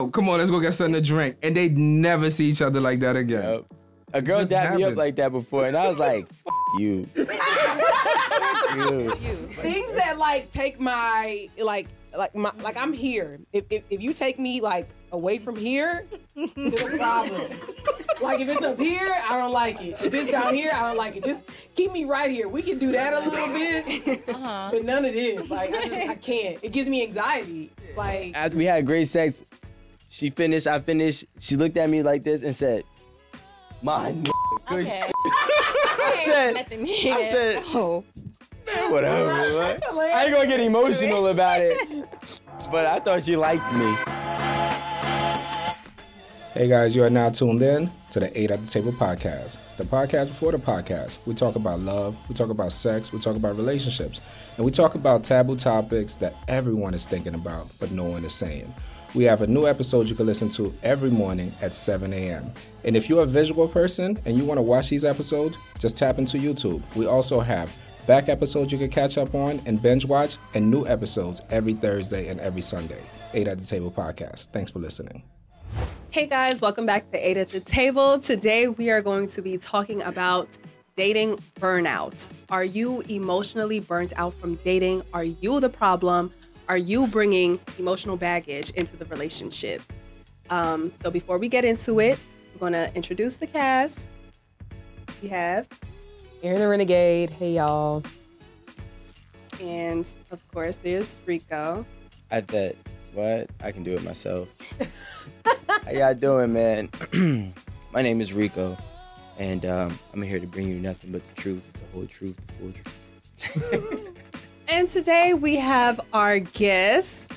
"Oh, come on, let's go get something to drink. And they'd never see each other like that again. Yep. A girl Just dapped me up happened. like that before, and I was like, F- you. you. things that like take my like like my like I'm here. If if, if you take me like away from here, it's a problem. like if it's up here, I don't like it. If it's down here, I don't like it. Just keep me right here. We can do that a little bit, but none of this. Like I just I can't. It gives me anxiety. Like After we had great sex, she finished, I finished, she looked at me like this and said, my n- good Okay. shit. I said, I said, oh. whatever. right? I ain't gonna get emotional about it. But I thought she liked me. Hey guys, you are now tuned in to the Eight at the Table podcast, the podcast before the podcast. We talk about love, we talk about sex, we talk about relationships, and we talk about taboo topics that everyone is thinking about, but no one is saying. We have a new episode you can listen to every morning at 7 a.m. And if you're a visual person and you want to watch these episodes, just tap into YouTube. We also have back episodes you can catch up on and binge watch, and new episodes every Thursday and every Sunday. Eight at the Table podcast. Thanks for listening. Hey guys, welcome back to Eight at the Table. Today we are going to be talking about dating burnout. Are you emotionally burnt out from dating? Are you the problem? Are you bringing emotional baggage into the relationship? Um, so before we get into it, we're going to introduce the cast. We have, Aaron the Renegade. Hey y'all. and of course, there's Rico. I bet. What? I can do it myself. How y'all doing, man? My name is Rico, and um, I'm here to bring you nothing but the truth, the whole truth, the full truth. And today we have our guest.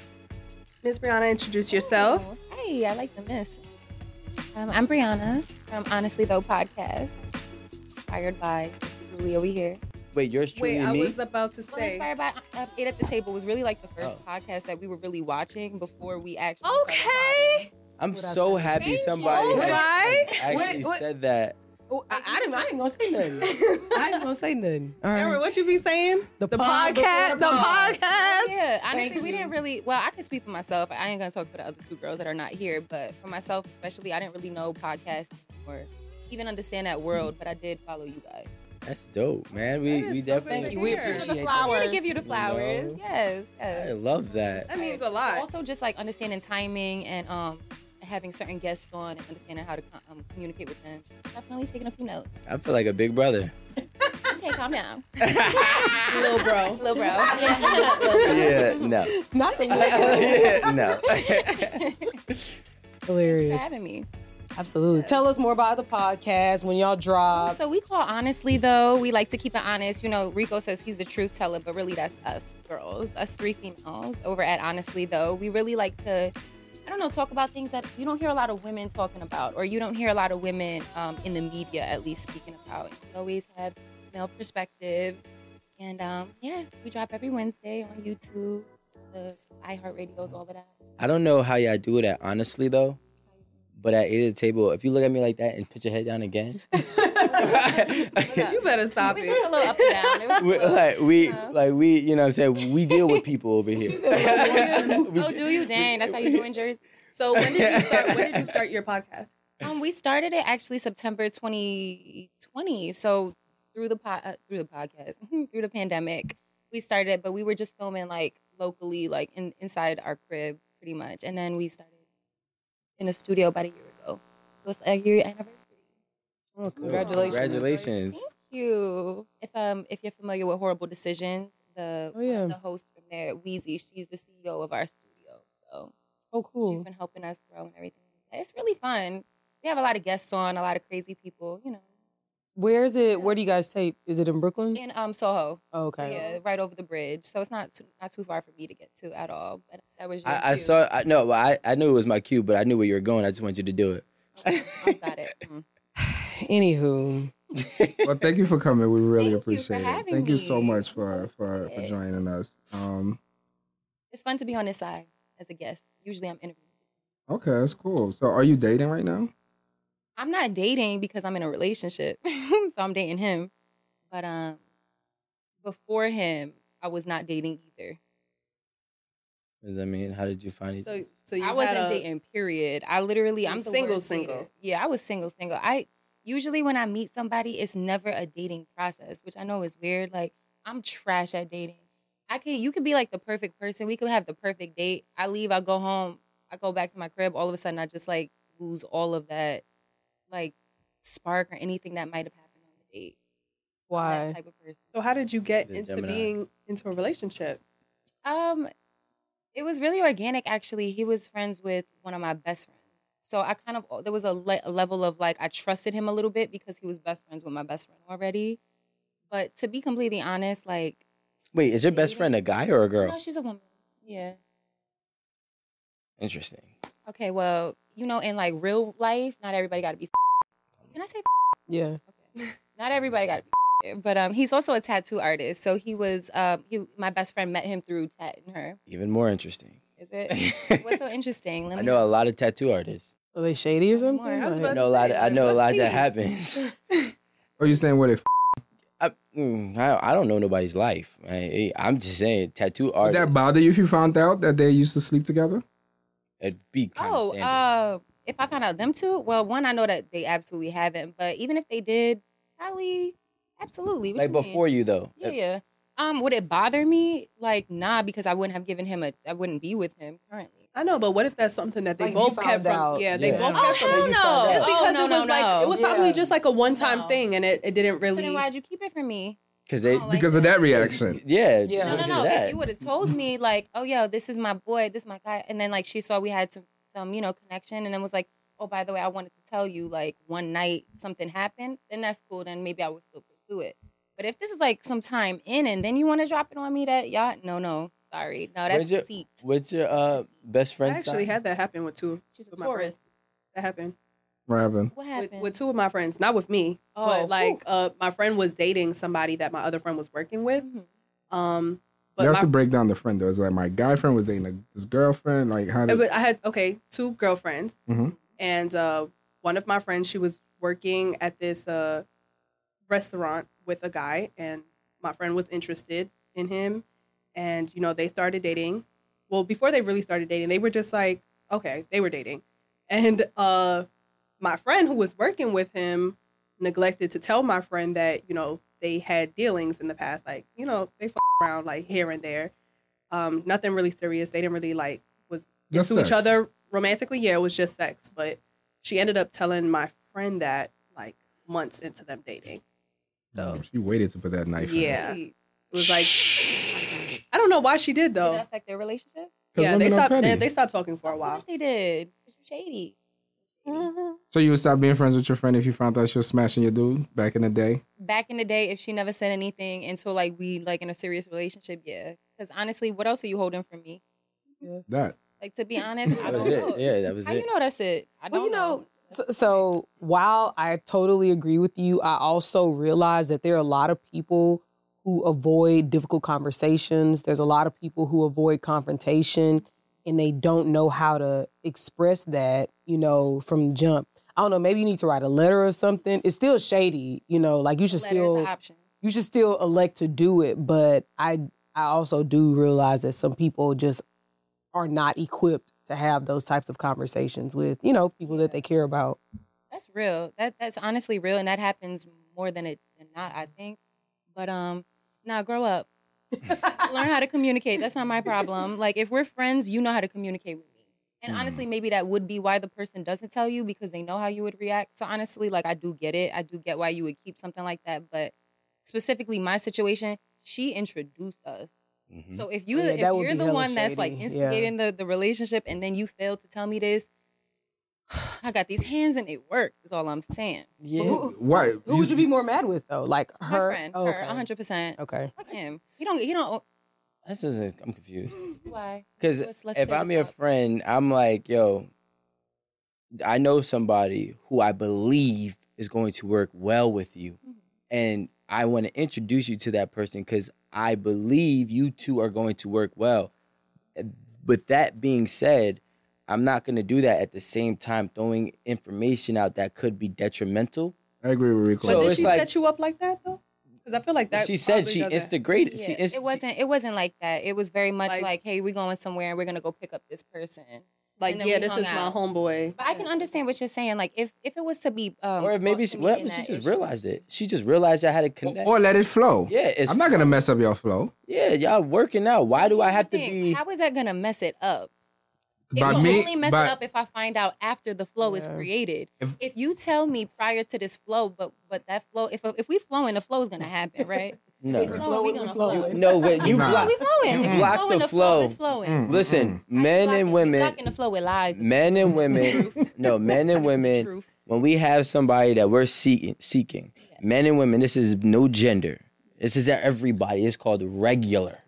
Ms. Brianna, introduce yourself. Hey, I like the miss. Um, I'm Brianna from Honestly Though podcast, inspired by Julie over here. Wait, yours truly Wait, I me? was about to Well, say. inspired by uh, Eight at the Table was really like the first Oh. podcast that we were really watching before we actually. started Okay. I'm so happy somebody you. has- Right? has actually What- what- said that. Oh, I, I didn't. I ain't gonna say nothing. I ain't gonna say nothing. Remember what you be saying? The pod podcast. before The the pod. podcast. Yeah, honestly, Thank we you. didn't really. Well, I can speak for myself. I ain't gonna talk for the other two girls that are not here, but for myself, especially, I didn't really know podcasts or even understand that world. But I did follow you guys. That's dope, man. We That we is so good definitely. Thank you. We hear. appreciate it. I'm here to give you the You flowers. know? Yes, yes. I love that. That means a lot. Also, just like understanding timing and um having certain guests on and understanding how to co- um, communicate with them. Definitely taking a few notes. I feel like a big brother. Okay, calm down, Little bro. little bro. Yeah, little bro. yeah, no. Not the yeah, no. hilarious. Having me. Absolutely. Tell us more about the podcast when y'all Uh, drop. So we call honestly though. We like to keep it honest. You know, Rico says he's the truth teller, but really that's us girls, us three females over at honestly though. We really like to, I don't know, talk about things that you don't hear a lot of women talking about, or you don't hear a lot of women um, in the media at least speaking about. We always have male perspectives, and um, yeah, we drop every Wednesday on YouTube, the iHeartRadios, all of that. I don't know how y'all do that, honestly, though. But at eight at the table, if you look at me like that and put your head down again, You better It stop was just a it. little up and down. It was a we, little- like we, Uh-huh. like we, you know, what I'm saying we deal with people over here. We- oh, do you? Dang, that's how you do in Jersey. So when did you start? When did you start your podcast? Um, we started it actually September 2020. So through the po- uh, through the podcast, through the pandemic, we started it, but we were just filming like locally, like in, inside our crib, pretty much. And then we started in a studio about a year ago. So it's a year anniversary. Oh, congratulations. Congratulations. Thank you. If um if you're familiar with Horrible Decisions, the Oh, yeah. the host from there, Wheezy, she's the CEO of our studio. So Oh, She's cool. been helping us grow and everything. It's really fun. We have a lot of guests on, a lot of crazy people, you know. Where is it? Where do you guys tape? Is it in Mm-hmm. Brooklyn? In um Soho, Oh, so okay. yeah, right over the bridge. So it's not too, not too far for me to get to at all. But that was your I, I cue. saw. I, no, well, I, I knew it was my cue, but I knew where you were going. I just wanted you to do it. I got it. Mm. Anywho, Well, thank you for coming. We really Thank you for appreciate it. having Thank you so me. much for for, for Okay. joining us. Um, It's fun to be on this side as a guest. Usually I'm interviewing. okay, that's cool. So, are you dating right now? I'm not dating because I'm in a relationship, so I'm dating him. But um, before him, I was not dating either. Does that mean? How did you find it? So, so you I wasn't had a- dating. Period. I literally, You I'm was the single, worst single. dater. Yeah, I was single, single. I usually when I meet somebody, it's never a dating process, which I know is weird. Like I'm trash at dating. I could, you could be like the perfect person. We could have the perfect date. I leave, I go home, I go back to my crib. All of a sudden, I just like lose all of that, like spark or anything that might have happened on the date. That type of person. So how did you get The into Gemini. being into a relationship? Um, it was really organic. Actually, he was friends with one of my best friends, so I kind of there was a, le- a level of like I trusted him a little bit because he was best friends with my best friend already. But to be completely honest, like Wait, is your best friend a guy or a no, girl? she's a woman. Yeah. Interesting. Okay. Well, you know, in like real life, not everybody got to be. Can I say? Yeah. Okay. Not everybody got to be. But um, he's also a tattoo artist, so he was um, he my best friend met him through tatting her. Even more interesting. Is it? What's so interesting? Let I know a lot of tattoo artists. Are they shady or something? I was Like- I about Let's know a lot. say, I know a let's lot see. that happens. Or you saying where they? F- I, mm, I, I don't know nobody's life. I, I'm just saying, tattoo would artists. that bother you if you found out that they used to sleep together? it'd be kind Oh, of standard. uh, if I found out them two, well, one I know that they absolutely haven't, but even if they did, probably absolutely. What like you mean? before you though. yeah, yeah. Um, would it bother me? Like, nah, because I wouldn't have given him a, I wouldn't be with him currently. I know, but what if that's something that they Like, you both kept found from? out. Yeah, they Yeah. both Oh, kept from. hell you no. found out. Just Just because Oh, no, it no, was like it was no. probably Yeah. just like a one time No. thing, and it, it didn't So really. then why'd you keep it from me? because they. I don't like Because of that that. reaction. yeah, Yeah. No, no, because no. of If that. you would have told me, like, oh, yo, this is my boy, this is my guy, and then like she saw we had some, some, you know, connection, and then was like, oh, by the way, I wanted to tell you, like, one night something happened, then that's cool. Then maybe I would still pursue it. But if this is like some time in, and then you want to drop it on me, that y'all, no, no, sorry, no, that's Where'd you- deceit. What's your uh, best I friend? actually had that happen with two. She's a with my friends. Taurus. That happened What happened? What with, happened? with two of my friends, not with me, Oh, but like uh, my friend was dating somebody that my other friend was working with. Mhm. Um, you but have my to break down the friend though. It's like my guy friend was dating like, his girlfriend. Like how Uh, did but I had okay two girlfriends, Mhm. and uh, one of my friends she was working at this uh, restaurant with a guy, and my friend was interested in him, and you know they started dating. Well, before they really started dating, they were just like okay, they were dating, and uh, my friend who was working with him neglected to tell my friend that you know they had dealings in the past, like you know they f- around like here and there. Um, nothing really serious. They didn't really like Just to each sex. other romantically. Yeah, it was just sex, but she ended up telling my friend that like months into them dating. So Oh, she waited to put that knife. in. yeah, it Wait, was like I don't know why she Did did though. it affect their relationship? 'Cause yeah, they women are stopped. They, petty. they stopped talking for a Of while. course they did. 'Cause you shady. So you would stop being friends with your friend if you found out she was smashing your dude back in the day. back in the day if she never said anything until like we like in a serious relationship yeah because honestly what else are you holding from me That like to be honest i That was don't know it. Yeah, that was how it. you know that's it i Well, don't you know, so, so while I totally agree with you, I also realize that there are a lot of people who avoid difficult conversations. There's a lot of people who avoid confrontation and they don't know how to express that, you know, from jump. I don't know, maybe you need to write a letter or something. It's still shady, you know, like you should Letter is still an option you should still elect to do it, but I I also do realize that some people just are not equipped to have those types of conversations with, you know, people that they care about. that's real that that's honestly real and that happens more than it than not i think but um nah grow up learn how to communicate that's not my problem like if we're friends you know how to communicate with me and Mm. Mhm. honestly maybe that would be why the person doesn't tell you because they know how you would react so honestly like i do get it i do get why you would keep something like that but specifically my situation she introduced us Mhm. so if you Mm. Oh, Yeah, if that would you're be the hella one that's like shady. Yeah. instigating the, the relationship and then you fail to tell me this, I got these hands and it worked. Is all I'm saying. Yeah. Who, Why? who would you be more mad with though? Like My her? friend, Oh, her, 100. percent Okay. Fuck him. He don't. He don't. That's just a, I'm confused. Why? Because Let's- let's if clear I'm this your up. friend, I'm like, yo, I know somebody who I believe is going to work well with you. Mm-hmm. And I want to introduce you to that person because I believe you two are going to work well. With that being said, I'm not going to do that at the same time throwing information out that could be detrimental. I agree with Rico. but So did it's she like- set you up like that though? Because I feel like that. she said probably she doesn't- instigrated. She Yeah, inst- it wasn't. It wasn't like that. It was very much Like- like, hey, we're going somewhere and we're gonna go pick up this person. like, and then yeah, we this hung is out. my homeboy. But I can understand what you're saying. Like if if it was to be, um, or maybe she, brought to me what in happened, she that just issue- realized it. She just realized y'all had to Or, connect. or let it flow. yeah, it's, I'm not gonna mess up your flow. Yeah, y'all working out. Why do I have to Think, be? How is that gonna mess it up? It By will me, only mess by- it up if I find out after the flow is created. If, If- you tell me prior to this flow, but but that flow, if if we flowing, the flow is gonna happen, right? No, If we no, flowing, we flowing, we gonna flowing. flow. no. Wait, you Nah. block. We flowing. You If we block flowing, the flow. flow. is flowing. Mm. Listen, How you men blocking- and you women, Mm, blocking the flow with lies. men and It's women. the truth. No, men It's and the women. truth. When we have somebody that we're seeking, seeking, men and women. This is no gender. This is everybody. It's called regular,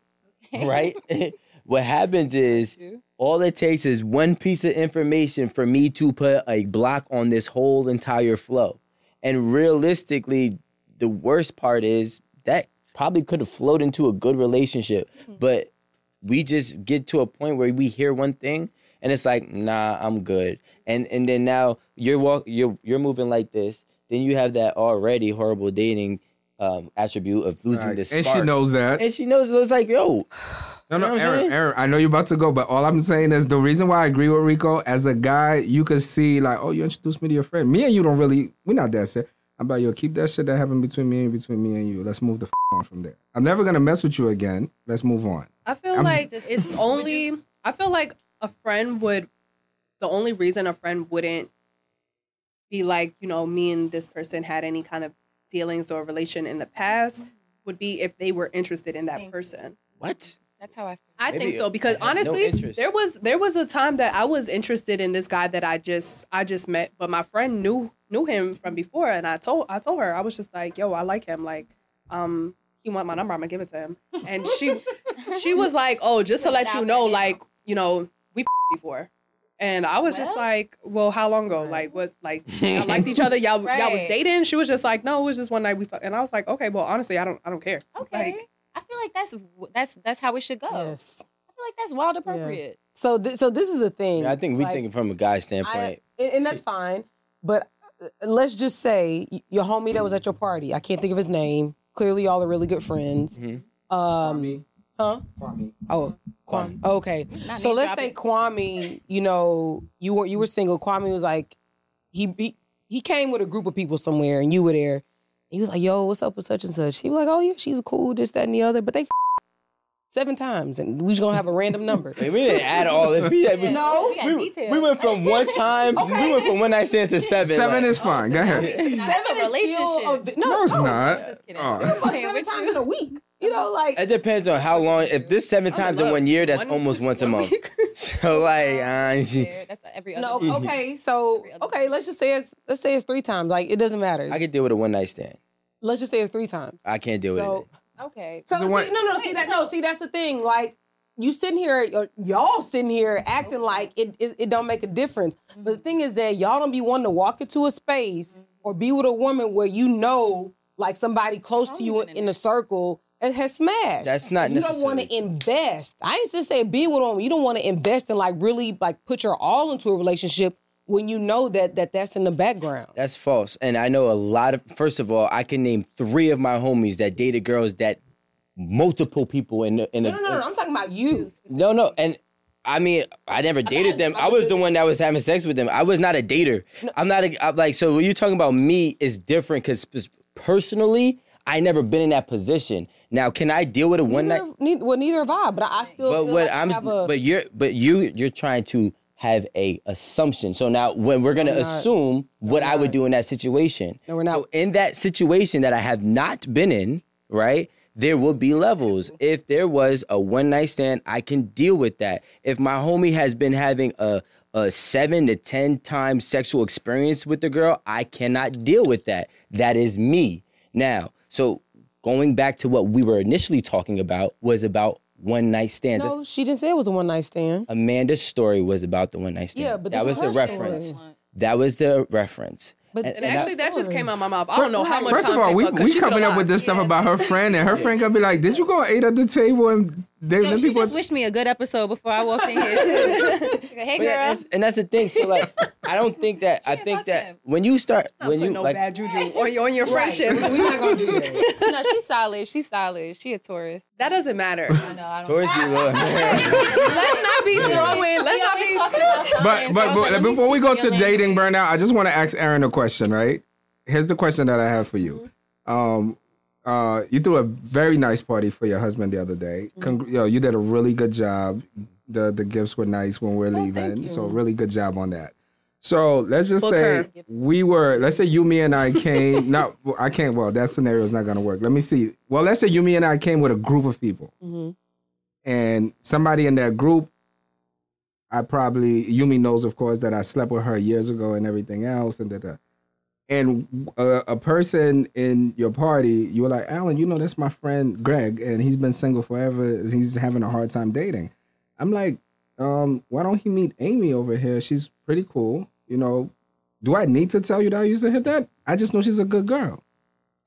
right? what happens is all it takes is one piece of information for me to put a block on this whole entire flow. And realistically, the worst part is that probably could have flowed into a good relationship, but we just get to a point where we hear one thing and it's like, "Nah, I'm good." And and then now you're walk you're you're moving like this, then you have that already horrible dating um, attribute of losing Right. this And she knows that. and she knows it looks like, "Yo, No, no, know what I'm Aaron, saying? Aaron, I know you're about to go, but all I'm saying is the reason why I agree with Rico, as a guy, you could see like, oh, you introduced me to your friend. Me and you don't really, we're not that set. I'm like, yo, keep that shit that happened between me and between me and you. Let's move the f- on from there. I'm never gonna mess with you again. Let's move on. I feel I'm- like Just- it's would only. I feel like a friend would. The only reason a friend wouldn't be like you know me and this person had any kind of dealings or relation in the past would be if they were interested in that Mm-hmm. Thank you. person. what?" That's how I feel. I Maybe think so because I had no honestly, interest. there was there was a time that I was interested in this guy that I just I just met, but my friend knew knew him from before, and I told I told her I was just like, yo, I like him, like, um, he want my number, I'm gonna give it to him, and she she was like, oh, just to Put it let you out know, there now. like, you know, we before. And I was just Well. like, well, how long ago? Like, what? Like, y'all liked each other. Y'all, y'all was Right. dating. She was just like, no, it was just one night we. Fuck. And I was like, okay, well, honestly, I don't, I don't care. Okay. Like, I feel like that's that's that's how it should go. Yes. I feel like that's wild appropriate. So, th- so this is a thing. Yeah, I think we Like, thinking from a guy's standpoint. I, and, and that's fine. But uh, let's just say y- your homie that was at your party. I can't think of his name. Clearly, y'all are really good friends. Mhm. Um, huh? Oh, Kwame. Okay. Not So name let's say dropping. Kwame. You know, you were you were single. Kwame was like, he he, he came with a group of people somewhere, and you were there. He was like, "Yo, what's up with such and such?" He was like, "Oh yeah, she's cool, this, that, and the other." But they f- seven times, and we just gonna have a random number. I mean, we didn't add all this. We, we, No, Oh, we got we, details. we went from one time, we went from one night stands to seven. Seven like, is fine. Go ahead. Seven Seven a is relationship. still a vi- No, it's was not. just kidding. Oh. like Okay, seven with times you. in a week. You know, like It depends on how long. If this seven in times in love. one year, that's One- almost once a one month. week. So Oh, like, uh, she- There, That's every other. No, one. okay, so Every other okay, let's just say it's let's say it's three times. Like it doesn't matter. I could deal with a one night stand. let's just say it's three times. I can't deal So with it. Okay. so So see, no what- no see that no see that's the thing. Like you sitting here, y- y'all sitting here acting like it, it it don't make a difference. But the thing is that y'all don't be wanting to walk into a space or be with a woman where you know like somebody close to you in, in a circle. It has smashed. That's not you don't want necessary. to invest. I ain't just saying being with a woman. You don't want to invest and like really like put your all into a relationship when you know that that that's in the background. That's false. And I know a lot of. First of all, I can name three of my homies that dated girls that multiple people in the, in a, No, no, no, no. I'm talking about you. No, no, and I mean, I never dated them. I was the one that was having sex with them. I was not a dater. I'm not a I'm like. So when you talking about me is different because personally, I never been in that position. Now, can I deal with a one night? Neither, neither, well, neither have I, but I I still But feel what like I I'm, have a. but you're, but you, you're trying to have a assumption. So now, when we're gonna assume what I would do in that situation. No, we're not. So in that situation that I have not been in, right? There will be levels. If there was a one night stand, I can deal with that. If my homie has been having a a seven to ten times sexual experience with the girl, I cannot deal with that. That is me. Now, so going back to what we were initially talking about was about one night stands. no, she didn't say it was a one night stand. Amanda's story was about the one night stand. Yeah, but that this was is the her reference. story. That was the reference. But- And actually, that just came out my mouth. I don't know how much. First of time all, they we, put, 'cause we she could coming have up with lied. this stuff about her friend, and her friend gonna be like, "Did you go and ate at the table?" And they No, let she people. just wished me a good episode before I walked in here too. hey But yeah, girl. that's- and that's the thing. So like, I don't think that. I Yeah, think fuck that him. when you start, Not when put you no like, bad juju on your, on your Right. friendship. We're not gonna do that. no, she's solid. She's solid. She a Taurus. That doesn't matter. I know. I don't. Taurus be low. let's not be throwing. Let's We not always be. talking about something, But so I but, was but like, let me before we speak go in to your dating language. burnout, I just want to ask Aaron a question. Right? Here's the question that I have for you. Mm-hmm. Um, uh, you threw a very nice party for your husband the other day. Congr- yo, you did a really good job. The the gifts were nice when we're leaving, so really good job on that. So let's just Book say her. we were. Let's say you, me, and I came. not well, I can't. Well, that scenario is not going to work. Let me see. Well, let's say you, me, and I came with a group of people, and somebody in that group I probably Yumi knows, of course, that I slept with her years ago and everything else, and that. uh, And uh, a, a person in your party, you were like, Alan, you know, that's my friend Greg, and he's been single forever. He's having a hard time dating. I'm like, um, why don't he meet Amy over here? She's pretty cool. You know, do I need to tell you that I used to hit that? I just know she's a good girl.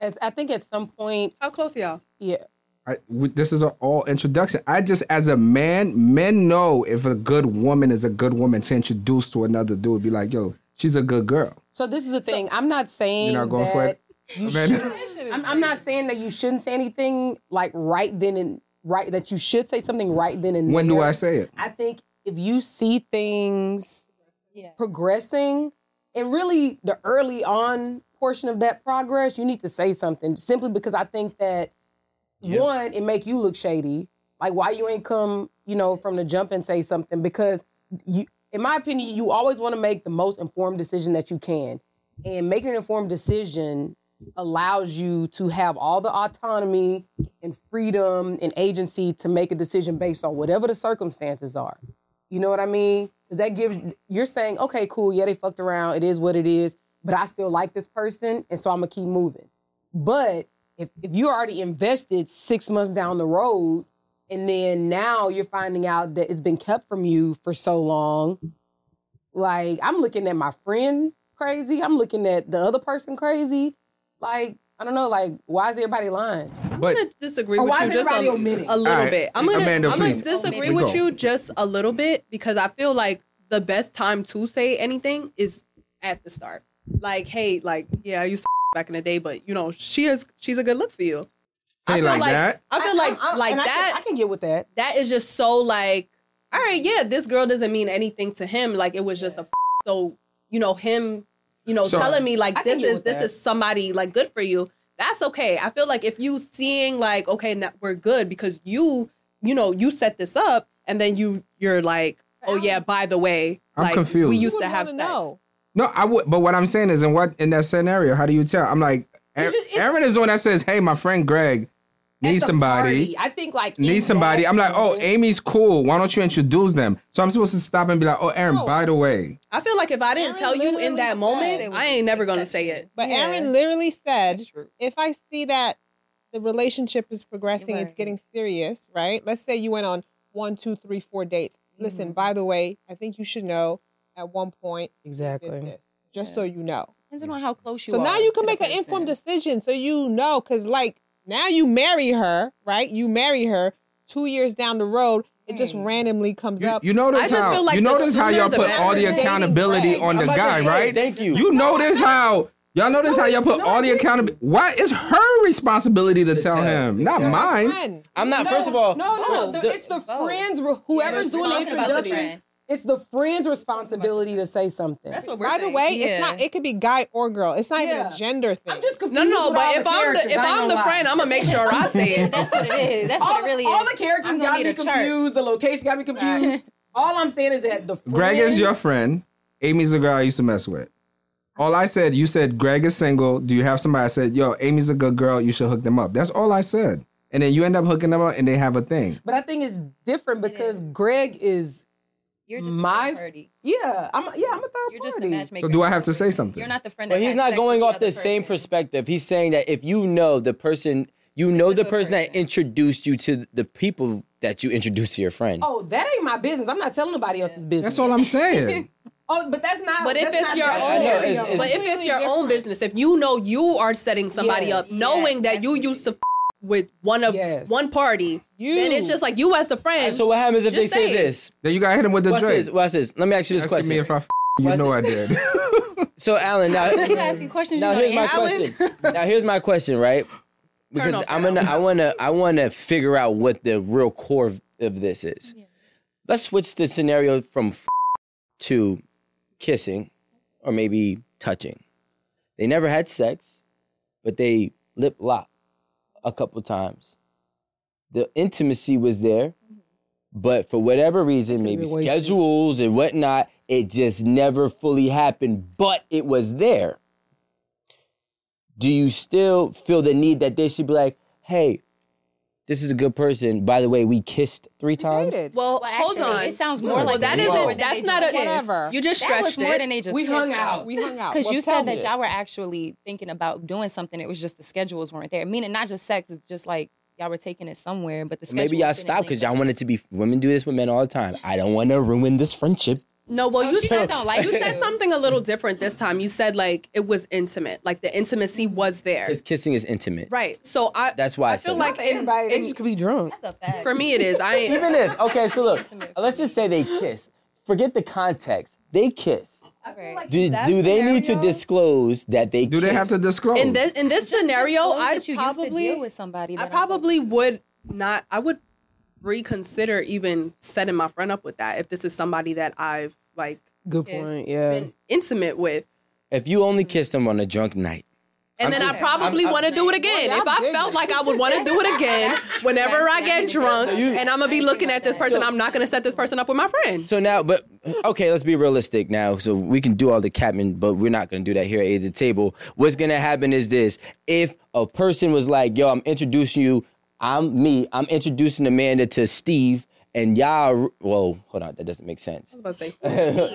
It's, I think at some point, How close are y'all? yeah. I, we, this is an all introduction. I just, as a man, men know if a good woman is a good woman to introduce to another dude, be like, yo, she's a good girl. So this is the thing. I'm not saying You're not going that for it. you Man. should. I'm, I'm not saying that you shouldn't say anything like right then and right that you should say something right then and When there. do I say it? I think if you see things Yeah. progressing and really the early on portion of that progress, you need to say something simply because I think that one, it make you look shady. Like why you ain't come, you know, from the jump and say something because you in my opinion, you always want to make the most informed decision that you can. And making an informed decision allows you to have all the autonomy and freedom and agency to make a decision based on whatever the circumstances are. You know what I mean? Because that gives you're saying, okay, cool, yeah, they fucked around. It is what it is, but I still like this person, and so I'm gonna keep moving. But if if you're already invested six months down the road, and then now you're finding out that it's been kept from you for so long, like I'm looking at my friend crazy. I'm looking at the other person crazy. Like I don't know. Like why is everybody lying? But gonna disagree Or with why you is just a, everybody omitting? a little All right, bit. I'm gonna, Amanda, I'm gonna please. disagree Omitting. with Go. you just a little bit because I feel like the best time to say anything is at the start. Like, hey, like, yeah, I used to back in the day, but you know, she is she's a good look for you. I Say feel like like that? I feel like I'm- I'm- like and I can- that. I can get with that. that is just so like, all right, yeah, this girl doesn't mean anything to him. Like it was just a f- so you know him, you know, So- telling me like I can this get is with this that. is somebody like good for you. That's okay. I feel like if you seeing like okay, now we're good because you you know you set this up and then you you're like oh yeah, by the way, I'm like confused. we You used to have sex. no. no, I would. But what I'm saying is, in what in that scenario, how do you tell? I'm like, It's just- it's- Aaron is the one that says, "Hey, my friend Greg At needs the somebody." party, I think like in Need somebody. that I'm like, oh, moment- Amy's cool. Why don't you introduce them? So I'm supposed to stop and be like, oh, Aaron, No. by the way, I feel like if I didn't Aaron tell you literally in that said it moment, was I ain't never gonna say it. But Yeah. Aaron literally said, That's true. if I see that the relationship is progressing, it's Right. getting serious, right? Let's say you went on one, two, three, four dates. Mm-hmm. Listen, by the way, I think you should know at one point you did Exactly. this, just so you know. Depends on how close you so are. now you to can the make an informed person. decision, so you know, because like now you marry her, right? You marry her two years down the road. It just Right. randomly comes you, up. you notice I just how feel like you the notice how sooner y'all the put all the better. accountability Right. on the I'm about to guy, say, right? Thank you. You notice how y'all notice how y'all put all the accountability. Why is her responsibility to tell tell, him, not exactly. mine? Friend. I'm not. first of all, no, no, the- no. the- it's the Oh. Both. friends. Whoever's doing the Responsibility. introduction, it's the friend's responsibility to say something. That's what we're By the saying. way, Yeah. it's not. It could be guy or girl. It's not even Yeah. a gender thing. I'm just confused. No, no, with all but if I'm the characters. if I ain't I'm gonna the lie. friend, I'm gonna make sure I say it. That's what it is. That's all, what it really all is. the characters I'm gonna got need me a chart. confused. The location got me confused. all I'm saying is that the friend, Greg is your friend. Amy's a girl I used to mess with. All I said, you said Greg is single. Do you have somebody? I said, yo, Amy's a good girl. You should hook them up. That's all I said. And then you end up hooking them up, and they have a thing. But I think it's different because Greg is You're just My- a third party. yeah. I'm yeah. I'm a 3rd You're just party. the matchmaker. So do I have to say something? You're not the friend. but that he's had not sex with going the off other the same person. perspective. He's saying that if you know the person, you know a the good person that person. introduced you to the people that you introduced to your friend. Oh, that ain't my business. I'm not telling nobody else's business. That's all I'm saying. Oh, but that's not. But if that's it's not your the I know, own, scenario. it's- it's- but if it's your own business, if you know you are setting somebody Yes, up, knowing yes, that you absolutely. used to f- with one of Yes. one party, You. then it's just like you as the friend. so what happens if Just they say say it. this? then you gotta hit him with the What's drink. this? What's this? Let me ask you this Asking question. me if I f- You Was know it- I did. So Alan, now You asking questions. now you know here's the my answer. question. Now here's my question, right? Because off I'm that gonna, I wanna, I wanna figure out what the real core of, of this is. Let's switch the scenario from f- to kissing, or maybe touching. They never had sex, but they lip lock a couple times. The intimacy was there, but for whatever reason, maybe wasted. schedules and whatnot, it just never fully happened. But it was there do you still feel the need that they should be like, hey, this is a good person. By the way, we kissed three times. Dated. Well, Well, hold actually, on. It sounds more well, like that they isn't. were than they That's just not a. kissed. Whatever. You just That stretched was more it. than they just We hung kissed, out. though. we hung out. Because Well, you tell said me. that y'all were actually thinking about doing something. It was just the schedules weren't there. Meaning not just sex. It's just like y'all were taking it somewhere, but the Or Maybe schedules y'all didn't stopped link because up. y'all wanted to be. Women do this with men all the time. I don't want to ruin this friendship. No, well, Oh, you she said just don't like you you. said something a little different this time. You said like it was intimate, like the intimacy was there, Because kissing is intimate. right? So I That's why I, I feel said like that. in, Everybody, they in- just could be drunk. That's a fact. for me it is. I ain't, even if okay. So look, Intimate. let's just say they kissed. Forget the context. They kissed. Right. Do, do they need to scenario- disclose that they? Do they have to kissed? disclose? in this in this scenario. Disclose I that you probably used to deal with somebody. I that I'm talking probably would not. I would reconsider even setting my friend up with that if this is somebody that I've like Good Yes. point. Yeah. been intimate with. If you only kissed them on a drunk night, And I'm then I just- probably I'm- I'm- want to do it again. Well, y'all if I did felt it. like I would want to do it again, whenever Yes, I I get didn't do drunk, that. So you- and I'm gonna be I looking didn't at do this that. person, So- I'm not gonna set this person up with my friend. So now, but okay, let's be realistic now. So we can do all the capping, but we're not gonna do that here at the table. What's gonna happen is this: if a person was like, "Yo, I'm introducing you, I'm me, I'm introducing Amanda to Steve," and y'all, whoa, hold on, that doesn't make sense. I was about to say,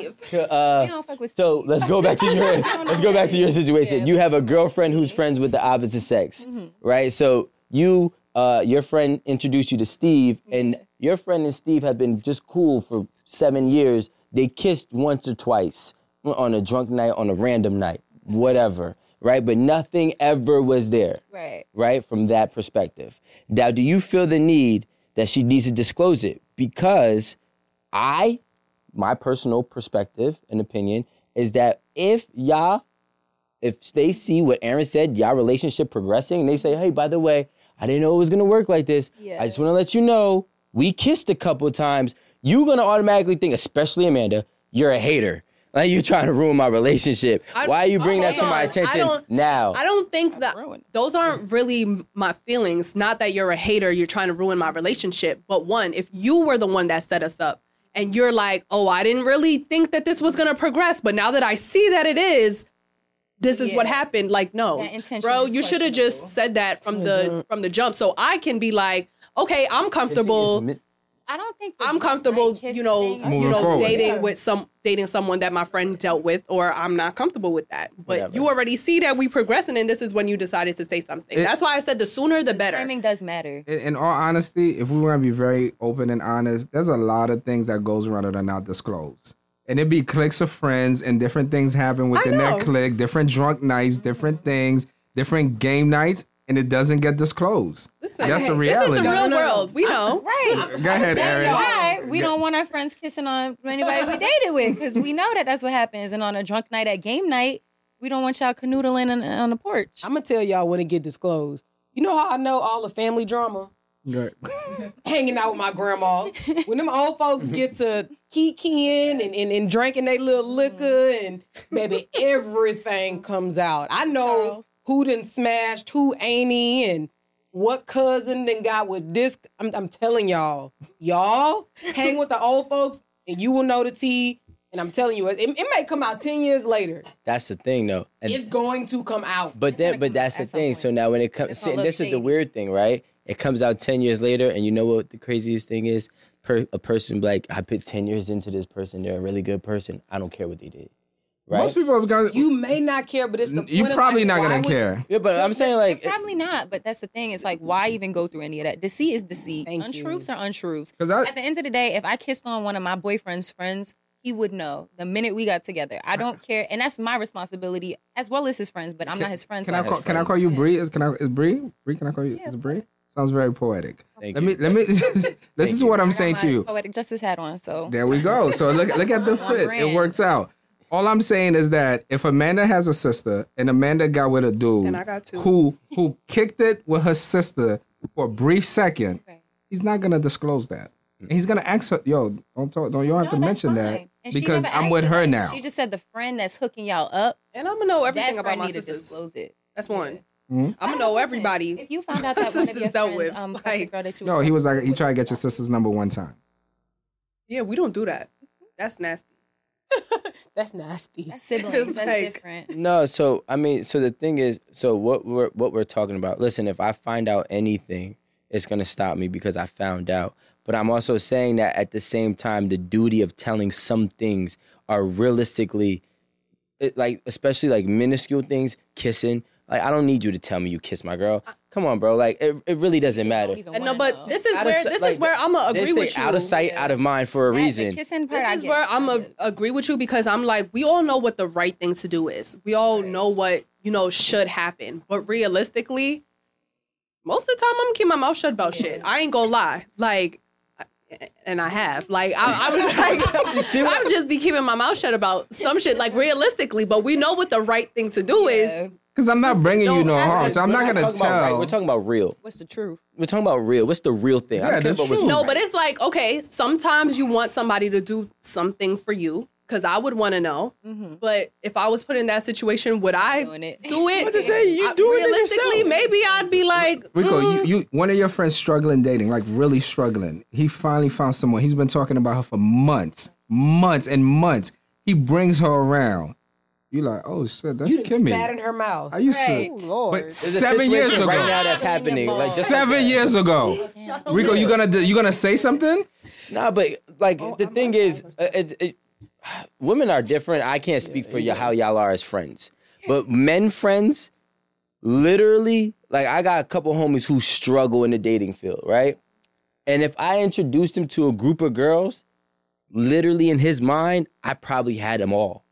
about. Uh, You don't fuck with so Steve. let's go back to your don't know let's go back to your that. situation. Yeah. You have a girlfriend who's friends with the opposite sex, right? So you uh, your friend introduced you to Steve, and your friend and Steve have been just cool for seven years. They kissed once or twice on a drunk night, on a random night, whatever, right? But nothing ever was there Right. right? From that perspective. Now, do you feel the need that she needs to disclose it? Because I, my personal perspective and opinion is that if y'all, if they see what Aaron said, y'all relationship progressing, and they say, hey, by the way, I didn't know it was gonna work like this. Yeah. I just wanna let you know, we kissed a couple times. you gonna automatically think, especially Amanda, you're a hater. Like you trying to ruin my relationship. Why you bring that to hold my on. I attention don't- now? I don't think that ruined. those aren't really my feelings. Not that you're a hater, you're trying to ruin my relationship. But one, if you were the one that set us up and you're like, oh, I didn't really think that this was going to progress, but now that I see that it is, this is what Yeah. happened. Like, no, That intention bro, is you should have questionable. just said that from the from the jump, so I can be like, okay, I'm comfortable. I don't think the I'm drunk comfortable, night kiss you know, thing- Moving you know, forward. dating Yeah. with some dating someone that my friend dealt with, or I'm not comfortable with that. But Whatever. you already see that we progressing, and this is when you decided to say something. It- That's why I said the sooner the better. Timing does matter. in, in all honesty, if we want to be very open and honest, there's a lot of things that goes around that are not disclosed. And it'd be cliques of friends and different things happen within that know. clique, different drunk nights, different things, different game nights, and it doesn't get disclosed. Listen, That's the This is reality. the No, no, real no. world. We know. Right. Go ahead, Aaron. Why we Go- don't want our friends kissing on anybody we dated with because we know that that's what happens. And on a drunk night at game night, we don't want y'all canoodling on, on the porch. I'm gonna tell y'all when it get disclosed. You know how I know all the family drama? go- Hanging out with my grandma. when them old folks get to kikiing and, and, and drinking their little liquor and baby, everything comes out. I know Charles. who done smashed who ain't he and what cousin then got with this. I'm, I'm telling y'all, y'all hang with the old folks and you will know the tea. And I'm telling you, it, it may come out 10 years later. That's the thing, though. And It's going to come out. But gonna then, but come that's out the at some thing. point. So now, when it comes, It's gonna look this is the shady. weird thing, right? It comes out ten years later, and you know what the craziest thing is? Per, a person like, I put ten years into this person. They're a really good person. I don't care what they did, right? Most people have got You may not care, but it's the you point of, probably like, not why gonna would- care. yeah, but I'm saying like, it- Probably not, but that's the thing. It's like, why even go through any of that? Deceit is deceit. untruths are untruths. 'Cause I- At the end of the day, if I kissed on one of my boyfriend's friends, he would know the minute we got together. I don't care. And that's my responsibility as well as his friends, but I'm not his friend. Can so I don't call, care. can I call you Bree? Is can I is Bree? Bree, can I call you? is it Bree? Sounds very poetic. Thank let you. me let me listen to you. what I'm I got saying to my you. Poetic justice hat on, so. There we go. So look look at the fit. It brand. works out. All I'm saying is that if Amanda has a sister and Amanda got with a dude And I got two. who who kicked it with her sister for a brief second, Right. he's not gonna disclose that. And he's gonna ask her, yo, don't talk, don't you don't have to No, that's mention that fine. And she because never I'm asked with for her that. now. She just said the friend that's hooking y'all up. And I'm gonna know everything that about friend my need to sisters. disclose it. That's one. Mhm. I'm gonna know everybody. If you found out that one of Sisters your dealt friends with, um, fucked a like- girl that you was No, he was talking like, he tried to get your sister's number one time. Yeah, we don't do that. That's nasty. That's nasty. That's siblings. It's That's like- different. No, so I mean, so the thing is, so what we're what we're talking about. Listen, if I find out anything, it's gonna stop me because I found out. But I'm also saying that at the same time, the duty of telling some things are realistically, it- like especially like minuscule things, kissing. Like I don't need you to tell me you kissed my girl. Come on, bro. Like it, it really doesn't matter. Don't even And no, wanna but know. this is Out of where si- this is like, where I'm gonna They agree say with you. out of sight, out of mind for a That- the reason. kissing part, I This is get. where I'm I a, get. agree with you because I'm like, we all know what the right thing to do is. We all know what you know should happen, but realistically, most of the time I'm gonna keep my mouth shut about shit. I ain't gonna lie, like, and I have, like, I, I would like, see what- I would just be keeping my mouth shut about some shit, like realistically. But we know what the right thing to do Yeah. is. Because I'm not bringing you don't no have harm, it. so I'm We're not gonna talking about right, tell. we're talking about real. What's the truth? We're talking about real. What's the real thing? Yeah, I don't care the about what's truth. No, but it's like, okay, sometimes you want somebody to do something for you because I would want to know. But if I was put in that situation, would I Mm-hmm. Doing it. do it? What to say? You I- doing it realistically, yourself. maybe I'd be like, Rico, mm, you, you one of your friends struggling dating, like really struggling. He finally found someone. He's been talking about her for months, months and months. He brings her around. You like, oh shit, that's You done Kimmy. spat in her mouth. I used Right. to, Lord. but There's a seven years situation ago, right now that's happening. Like just like seven that. years ago, Rico, you gonna do- you gonna say something? Nah, but like the thing is, uh, it, it, women are different. I can't speak for you how y'all are as friends, but men friends, literally, like I got a couple homies who struggle in the dating field, right? And if I introduced him to a group of girls, literally in his mind, I probably had them all.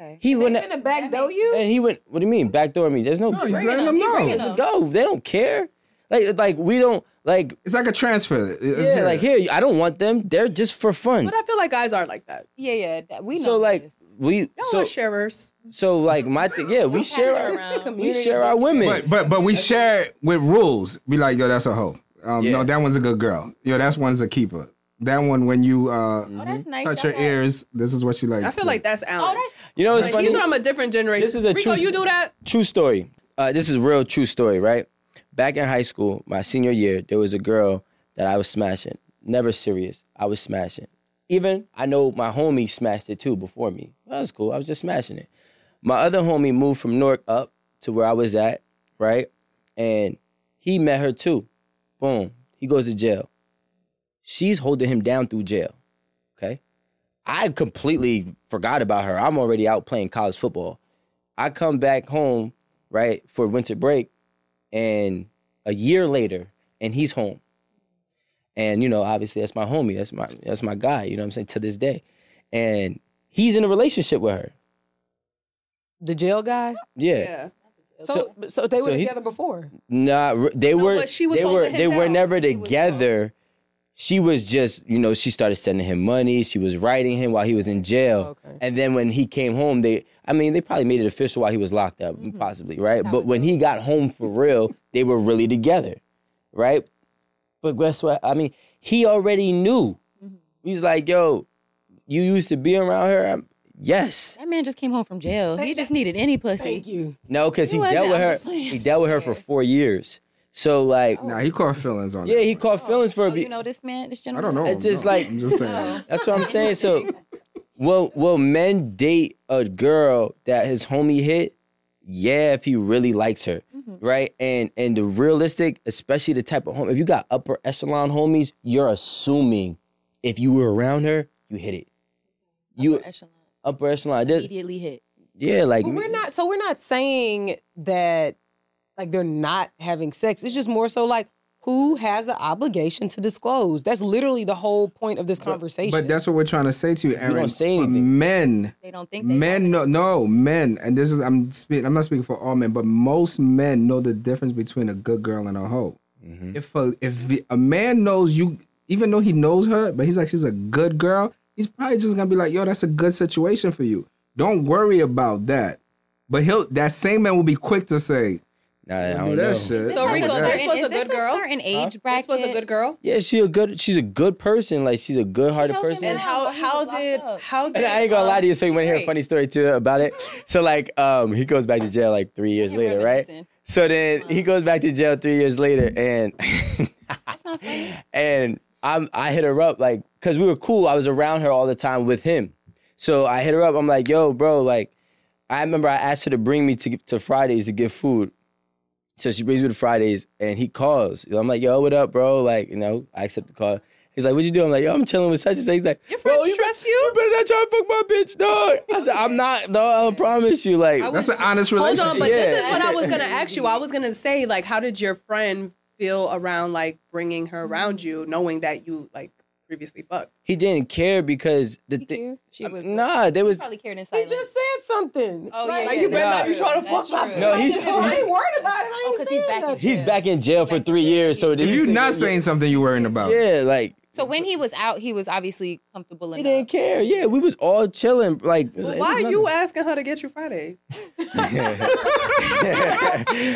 Okay. He They wouldn't, finna backdoor you? and he went. What do you mean backdoor me? There's no, No, he's letting them know. no. They don't care. Like, like we don't like. It's like a transfer. It- it's Yeah, like here, I don't want them. They're just for fun. but I feel like guys are like that. Yeah, yeah. that- We know. so like this. we Y'all so are sharers. so like my thing yeah we Pass share her our, around. we share our women But but but we share it with rules. Be like, yo, that's a hoe. Um, Yeah. No, that one's a good girl. Yo, that's one's a keeper. That one, when you uh, Oh, that's nice. touch her Y'all got- ears, this is what she likes. I feel like that's Oh, Alan. that's you know it's like, funny he's from a different generation. This is a Rico, true- you do that? true story uh, this is real true story right back in high school my senior year there was a girl that I was smashing never serious I was smashing even I know my homie smashed it too before me that was cool I was just smashing it my other homie moved from Newark up to where I was at right and he met her too boom he goes to jail she's holding him down through jail okay I completely forgot about her. I'm already out playing college football. I come back home, right, for winter break, and a year later, and he's home. And you know, obviously that's my homie, that's my that's my guy, you know what I'm saying, to this day. And he's in a relationship with her. The jail guy. Yeah. Yeah. So, so, they so were he's- together before. Nah, r- they No, were but she was they were holding him they were down. never He was wrong. together. She was just, you know, she started sending him money. She was writing him while he was in jail. Okay. And then when he came home, they, I mean, they probably made it official while he was locked up, possibly, right? but when he got home for real, they were really together, right? But guess what? I mean, he already knew. He's like, yo, you used to be around her? I'm, yes. that man just came home from jail. He just needed any pussy. Thank you. No, because he wasn't. dealt with I'm her. just playing. He dealt with her for four years. So, like, Nah, he caught feelings on yeah, that he one. caught feelings for Oh, a bit. you know this man, I this gentleman. don't know. It's just no, like- I'm just saying. That's what I'm saying. So, will will men date a girl that his homie hit? Yeah, if he really likes her, Mm-hmm. right? And and the realistic, especially the type of home. If you got upper echelon homies, you're assuming if you were around her, you hit it. You Echelon upper echelon. Just- immediately hit. Yeah, like But we're not. So we're not saying that like they're not having sex. It's just more so like who has the obligation to disclose. That's literally the whole point of this Oh. conversation. But that's what we're trying to say to you, Aaron. don't say For anything. Men, They don't think they men, no, no, men, and this is I'm speaking. I'm not speaking for all men, but most men know the difference between a good girl and a hoe. Mm-hmm. If a if a man knows you, even though he knows her, but he's like she's a good girl, he's probably just gonna be like, yo, that's a good situation for you. Don't worry about that. But he'll that same man will be quick to say, Nah, I "Don't don't do that know. shit. So, like Rico, a this certain- was is a good girl? A certain age This bracket. was a good girl. Yeah, she a good. She's a good person. Like she's a good-hearted held him person. Yeah, And how but he how was locked did up. how did And I ain't gonna lie to you, so you want to hear a Wait. funny story too about it. So like, um, he goes back to jail like three years Yeah, later, right? reminiscing. So then Uh-huh. he goes back to jail three years later, and That's not funny. and I'm I hit her up like because we were cool. I was around her all the time with him, so I hit her up. I'm like, yo, bro, like I remember I asked her to bring me to to Fridays to get food. So she brings me to Fridays, and he calls. I'm like, yo, what up, bro? Like, you know, I accept the call. He's like, what you do? I'm like, yo, I'm chilling with such and such. He's like, Your bro, friends you trust you? better not try to fuck my bitch, dog. I said, I'm not, dog. I promise you, like, I would- That's an honest Hold relationship. on, but this is Yeah. what I was gonna ask you. I was gonna say like, how did your friend feel around like bringing her around you, knowing that you like previously fucked? he didn't care because the thing. She was Nah, there She was probably cared in He silence. just said something. Oh, Like, yeah, like, yeah, you better nah. not be trying to That's fuck my true. No, he's- If I he's- ain't worried about it. Oh, I ain't because he's saying back. in nothing. he's jail. back in jail for Like, three years. So If this you're thing not is- saying something you're worrying about, yeah, like So when he was out, he was obviously comfortable he enough. didn't care. Yeah, we was all chilling. Like, it was- Well, it why was are you asking her to get you Fridays? nothing.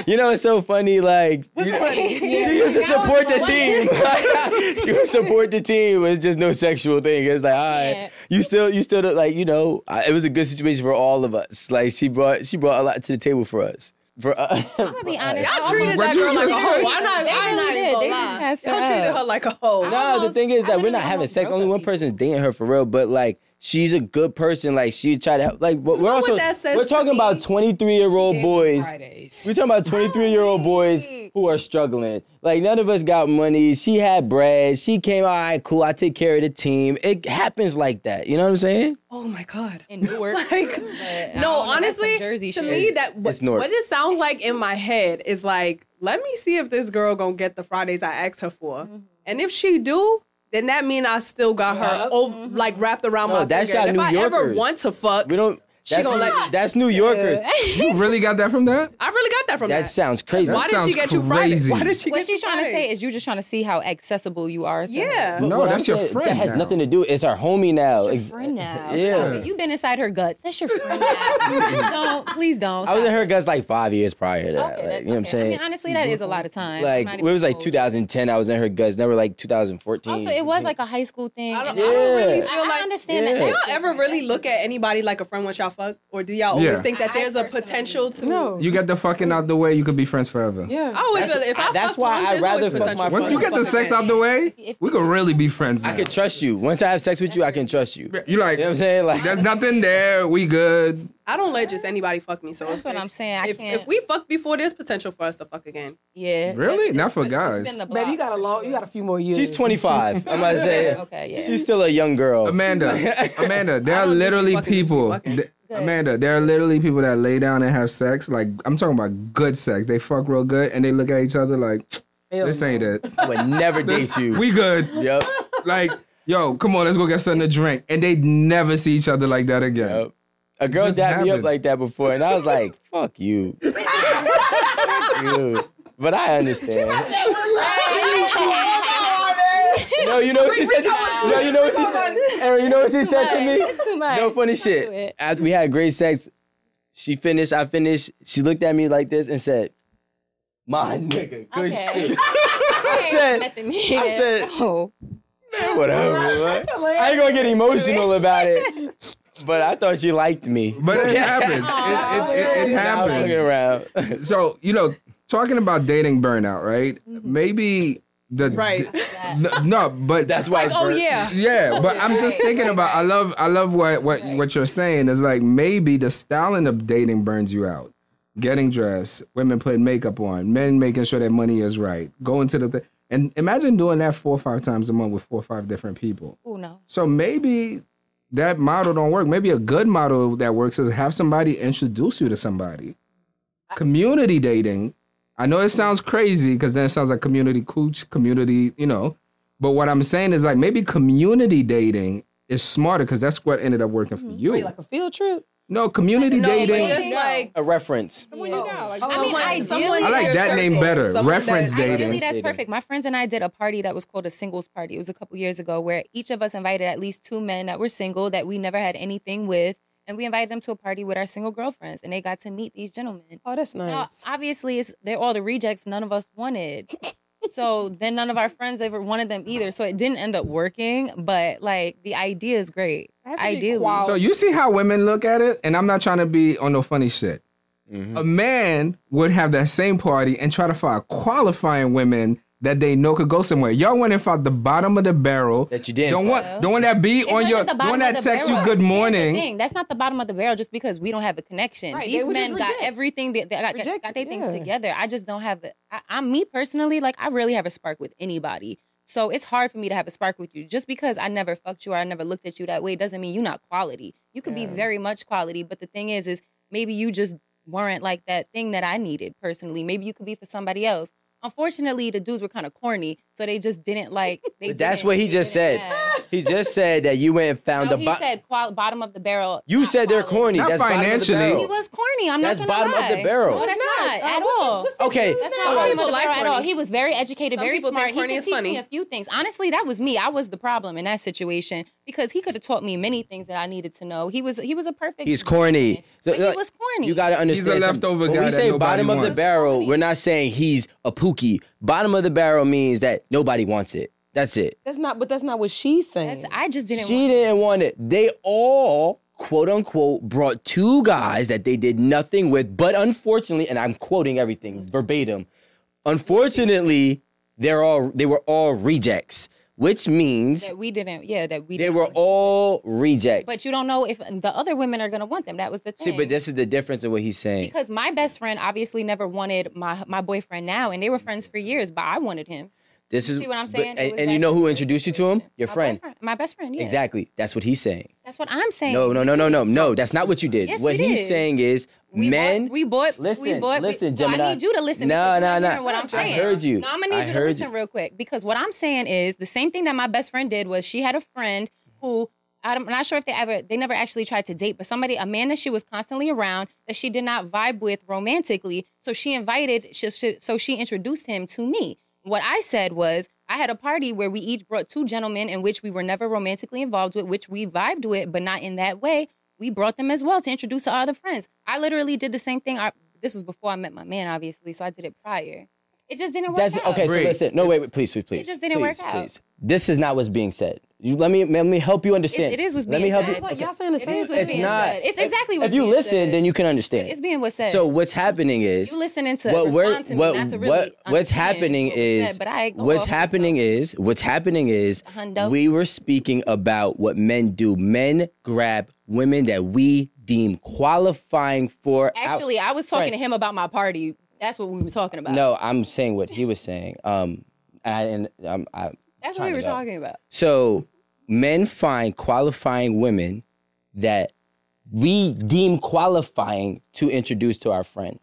you know, it's so funny. Like, you- she used to support the team. she would support the team. It's just no sexual thing. It's like, all right, Yeah. you still, you still don't- like, you know, I, it was a good situation for all of us. Like, she brought, she brought a lot to the table for us. For uh, I'm gonna be honest. I I treated But that you girl like a just- hoe. I'm not, They I'm not really even did. gonna They just lie. passed her Y'all treated up. her like a hoe. I- No, the almost- thing is I that we're literally not having almost sex. broke Only up one people. person's dating her for real, but like she's a good person. Like she try to help. Like, but we're know also what that says we're to talking me? about twenty three year old boys. Fridays. We're talking about twenty three year old boys who are struggling. Like none of us got money. She had bread. She came. All right, cool. I take care of the team. It happens like that. You know what I'm saying? oh my god. in Newark. Like, but I don't No, know, that's honestly, some Jersey to shit. me that what, It's Newark. what it sounds like in my head is like, let me see if this girl gonna get the Fridays I asked her for, Mm-hmm. and if she do, then that mean I still got her over, Mm-hmm. like wrapped around No, my that's finger. And y'all if New I ever Yorkers. want to fuck, We don't. She that's gonna New- let- that's New Yorkers. you really got that from that? I really got that from That that. sounds crazy. Why That did she sounds get you Fridays? crazy. Why did she what get you she's trying to say Fridays? is you're just trying to see how accessible you are. To yeah. But No, what I'm that's your saying, friend That has now. nothing to do. It's our homie now. That's Ex- your friend now. Yeah. Stop it. You've been inside her guts. That's your friend now. don't, please don't. I was Stop. in her guts like five years prior to that. Okay, like, that- you know what I'm okay. saying? I mean, honestly, that is a lot of time. I'm like not it even was like cold. 2010. I was in her guts. Never like 2014. Also, it was like a high school thing. I don't, and I don't really Yeah. I- feel I like. understand Yeah. that. do that's y'all ever different. really look at anybody like a friend once y'all fuck, or do y'all always Yeah. think that I there's a personally- potential to? No. You get the fucking out the way, you could be friends forever. Yeah. I always That's- feel if I- I that's fucked why once, I'd there's rather always fuck potential my for Once you get another the fucking sex friend. out the way, If- if- we could really be friends. Now. I could trust you. Once I have sex with you, I can trust you. You know You like, what I'm saying? Like there's nothing there. We good. I don't let just anybody fuck me. So That's it's what like- I'm saying. I if, can't. if we fuck before, there's potential for us to fuck again. yeah, Really? that's- Not for to guys. spin the Baby, you block, got a for long, sure. you got a few more years. she's 25. I'm about to say Okay, yeah. she's still a young girl. Amanda, Amanda, there I are don't just be literally fucking, just be people. fucking. th- Good. Amanda, there are literally people that lay down and have sex. Like I'm talking about good sex. They fuck real good and they look at each other like, this ain't it. I would never This- date you. We good. yep. Like, yo, come on, let's go get something to drink. And they never see each other like that again. Yep. A girl just dapped me up happened. like that before, and I was like, "Fuck you." Dude. But I understand. No, you know what she said. To, no, you know what she said. Aaron, you know what she said to me. It's too much. No funny do shit. it. As we had great sex, she finished, I finished. She looked at me like this and said, My nigga, good Okay. shit. I said, Nothing here. I said- No. whatever. man. I ain't gonna get emotional about it. But I thought she liked me. But it happens. It, it, it, it Now I'm happens. looking around. so you know talking about dating burnout right maybe the Right. n- no but That's why it's oh burnt. yeah. yeah but i'm just thinking about i love i love what what what you're saying is like maybe the styling of dating burns you out getting dressed women putting makeup on men making sure that money is right going to the th- and imagine doing that four or five times a month with four or five different people Oh no. so maybe that model don't work. Maybe a good model that works is have somebody introduce you to somebody. Community dating. I know it sounds crazy because then it sounds like community cooch, community, you know. But what I'm saying is like maybe community dating is smarter because that's what ended up working Mm-hmm. for you. Wait, like a field trip. no, community No, but dating. just like A reference. Someone you know, like, I mean, someone- ideally- someone I in like your that name circle, better. someone Reference that- dating. Ideally, that's Dating. perfect. My friends and I did a party that was called a singles party. It was a couple years ago where each of us invited at least two men that were single that we never had anything with. and we invited them to a party with our single girlfriends, and they got to meet these gentlemen. Oh, that's Now, nice. obviously, it's they're all the rejects none of us wanted. so then none of our friends ever wanted them either. So it didn't end up working. But like the idea is great. It has to be Ideally. quality. So you see how women look at it, and I'm not trying to be on no funny shit. Mhm. A man would have that same party and try to find qualifying women that they know could go somewhere. Y'all went and found the bottom of the barrel. That you didn't Don't find. want, don't want that be It on wasn't your, the don't bottom want that of the text barrel. you good Here's the morning. thing, That's not the bottom of the barrel just because we don't have a connection. Right, they These were just men got rejects. everything. They, they got, Reject- got their things yeah. together. I just don't have. it. I, I, me personally, like I really have a spark with anybody. So it's hard for me to have a spark with you. Just because I never fucked you or I never looked at you that way doesn't mean you're not quality. You can be very much quality, but the thing is, is maybe you just weren't like that thing that I needed personally. Maybe you could be for somebody else. Unfortunately, the dudes were kind of corny, so they just didn't like. They But that's didn't- what he they just said. didn't have- He just said that you went and found no, the he bottom. said qual- bottom of the barrel. you not said they're corny. quality. Not that's financially. Bottom of He the barrel. was corny. I'm That's not gonna bottom of the lie. barrel. No, that's not, Uh, at what's the- all. what's the Okay, dude that- That's not Some bottom of people the like barrel at all. corny. He was very educated, Some very people think smart. He corny could is teach funny. me a few things. Honestly, that was me. I was the problem in that situation because he could have taught me many things that I needed to know. He was he was a perfect. He's corny. But he Look, was corny. You gotta understand. something. leftover when guy we that say nobody bottom of the wants. barrel, we're not saying he's a pookie. Bottom of the barrel means that nobody wants it. That's it. That's not, but that's not what she's saying. That's- I just didn't. she want- didn't want it. They all, quote unquote, brought two guys that they did nothing with, but unfortunately, and I'm quoting everything verbatim. Unfortunately, they're all they were all rejects, which means that we didn't. Yeah, that we. they didn't were want. all rejects. But you don't know if the other women are gonna want them. That was the thing. see, but this is the difference of what he's saying. because my best friend obviously never wanted my my boyfriend now, and they were friends for years. But I wanted him. This is See what I'm but- saying? It and, was and you that know who situation. introduced you to him? Your My friend. boyfriend- my best friend. Yeah, Exactly. That's what he's saying. That's what I'm saying. No, no, no, no, no, no. That's not what you did. Yes, what we he's did. saying is We men. bought, we bought. we Listen, bought, we- listen, well, Gemini. I need you to listen. No, because you're no, not no. hearing What I I'm saying. heard you. No, I'm gonna I need you to heard listen you. real quick because what I'm saying is the same thing that my best friend did was she had a friend who. I'm not sure if they ever, they never actually tried to date, but somebody, a man that she was constantly around that she did not vibe with romantically. So she invited, she, she, so she introduced him to me. What I said was, I had a party where we each brought two gentlemen in which we were never romantically involved with, which we vibed with, but not in that way we brought them as well to introduce our other friends. I literally did the same thing. I, this was before I met my man, obviously, so I did it prior. It just didn't work That's out. okay. So Breathe. listen. No, wait, wait. Please, please, please. just didn't work please, out. Please. This is not what's being said. You, let me let me help you understand. It's, it is what's let being me help said. you. like y'all saying the It same is what's It's being not. said. It's If- exactly what's If you being listen, said. then you can understand. it's being what's said. So what's happening is you listening to what we're respond to me, what not to really what what's understand happening what was is said, but I ain't gonna what's go off happening is what's happening is Hundo. we were speaking about what men do. Men grab women that we deem qualifying for. out- Actually, uh, I was talking Right. to him about my party. That's what we were talking about. no, I'm saying what he was saying. Um, and, and um, I, that's what trying we to were go. talking about. So men find qualifying women that we deem qualifying to introduce to our friend.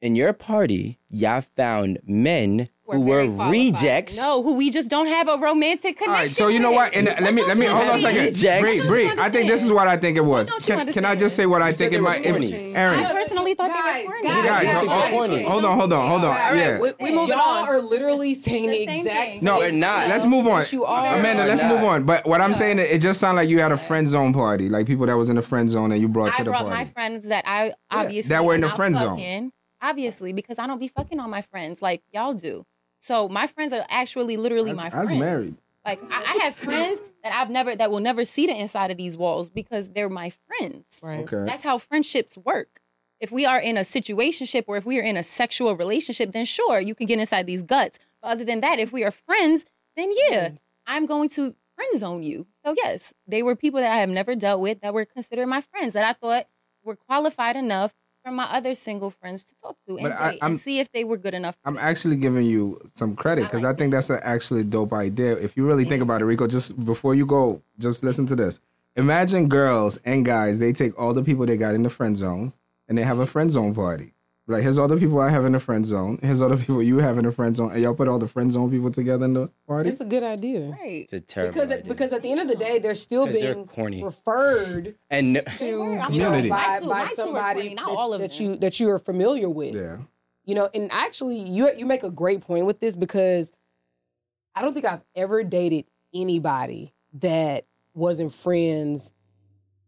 In your party, y'all found men who were very qualified. rejects. No, who we just don't have a romantic connection. All right, so you know with. what? And uh, let me let me you hold on a understand? second. Rejects. Bree, Bree, I think this is what I think it was. don't you Can, can I just understand? say what I You said think they it were might? It, corny. Aaron, I personally thought Guys, they were you corny. guys, guys, hold- guys, hold, guys. hold on, hold on, hold on. All right, Yeah. we, we moving Y'all on. are literally saying the, The same exact thing. No, We're not. Let's move on. Yes, you are. Amanda, We're let's not. move on. But what I'm saying, it just sounded like you had a friend zone party, like people that was in the friend zone and you brought I to the brought party. my friends that I obviously that were in am the not friend zone. fucking, Obviously, because I don't be fucking on my friends like y'all do. So my friends are actually literally I, my was- I friends. was married. Like I, I have friends that I've never that will never see the inside of these walls because they're my friends. Right. Okay. That's how friendships work. If we are in a situationship or if we are in a sexual relationship, then sure, you can get inside these guts. But other than that, if we are friends, then yeah, I'm going to friend zone you. So yes, they were people that I have never dealt with that were considered my friends that I thought were qualified enough for my other single friends to talk to and, But I- date I'm- and see if they were good enough. for I'm me. actually giving you some credit because I think that's an actually dope idea. If you really think about it, Rico, just before you go, just listen to this. Imagine girls and guys, they take all the people they got in the friend zone and they have a friend zone party. Like, here's all the people I have in the friend zone. Here's all the people you have in the friend zone. And y'all put all the friend zone people together in the party. It's a good idea. right. It's a terrible Because idea. because at the end of the day, they're still 'Cause they're being corny. referred and no- They were. to I'm Community. sorry. My by, two- by my two were somebody corny, that, not all of that them. you that you are familiar with. yeah. You know, and actually, you you make a great point with this because I don't think I've ever dated anybody that wasn't friends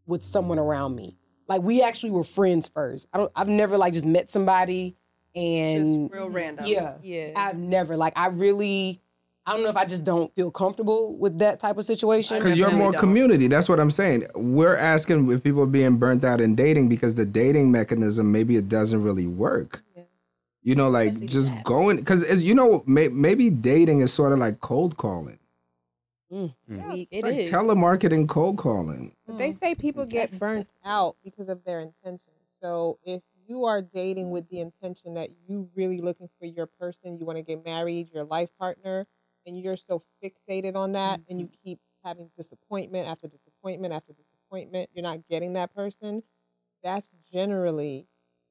with someone around me. Like we actually were friends first. I don't. I've never like just met somebody and Just real random. yeah, Yeah. I've never like I really. I don't know if I just don't feel comfortable with that type of situation. Because you're Definitely more don't. community. That's what I'm saying. We're asking if people are being burnt out in dating because the dating mechanism maybe it doesn't really work. You know, like Especially just that. going because you know may, maybe dating is sort of like cold calling. Week. It's It like is. telemarketing cold calling. But they say people get That's- burnt out because of their intention. So if you are dating with the intention that you really looking for your person, you want to get married, your life partner, and you're so fixated on that and you keep having disappointment after disappointment after disappointment, you're not getting that person. That's generally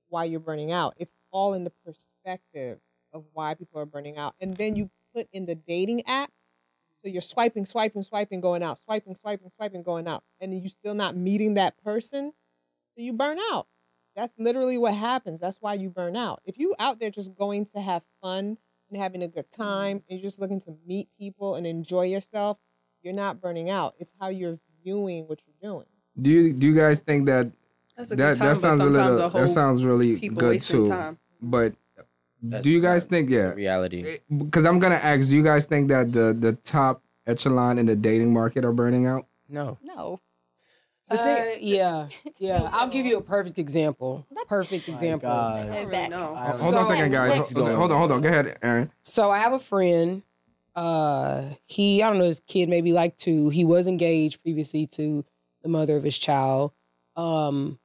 why you're burning out. It's all in the perspective of why people are burning out. And then you put in the dating apps. So you're swiping, swiping, swiping, going out, swiping, swiping, swiping, going out. And you're still not meeting that person. So you burn out. That's literally what happens. That's why you burn out. If you out there just going to have fun and having a good time and you're just looking to meet people and enjoy yourself, you're not burning out. It's how you're viewing what you're doing. Do you do you guys think that That's a that, good time, that but sounds a sometimes little a whole that sounds really people good wasting too? time. But That's do you guys not think yeah? Reality. Because I'm gonna ask. Do you guys think that the the top echelon in the dating market are burning out? no. No. The thing- Uh, yeah, yeah. I'll give you a perfect example. Perfect example. I don't really Back. know. Hold on a So- second, guys. Let's Hold, go. hold on, hold on. Go ahead, Aaron. So I have a friend. Uh, he I don't know his kid maybe like two. He was engaged previously to the mother of his child. Um,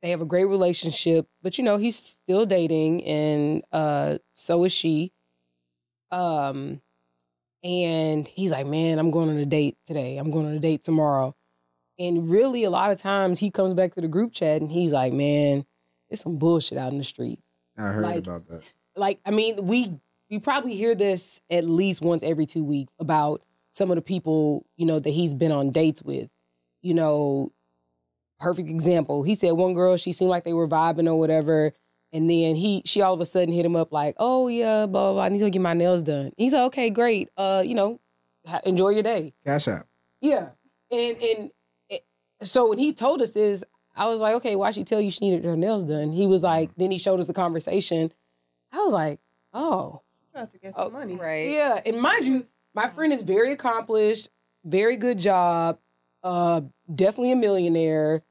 they have a great relationship, but you know he's still dating, and uh, so is she. Um, and he's like, man, I'm going on a date today. I'm going on a date tomorrow. And really, a lot of times he comes back to the group chat and he's like, man, there's some bullshit out in the streets I heard Like- about that. like I mean, we we probably hear this at least once every two weeks about some of the people you know that he's been on dates with. You know, perfect example. He said one girl, she seemed like they were vibing or whatever, and then he she all of a sudden hit him up like, "Oh yeah, blah blah, blah I need to go get my nails done." He's like, "Okay, great. Uh, you know, ha- enjoy your day." Cash App. Yeah, and and it, so when he told us this, I was like, okay, why she tell you she needed her nails done? He was like, then he showed us the conversation. I was like, oh, About to get some Oh, money. Right. yeah. And mind you, my friend is very accomplished, very good job, uh, definitely a millionaire.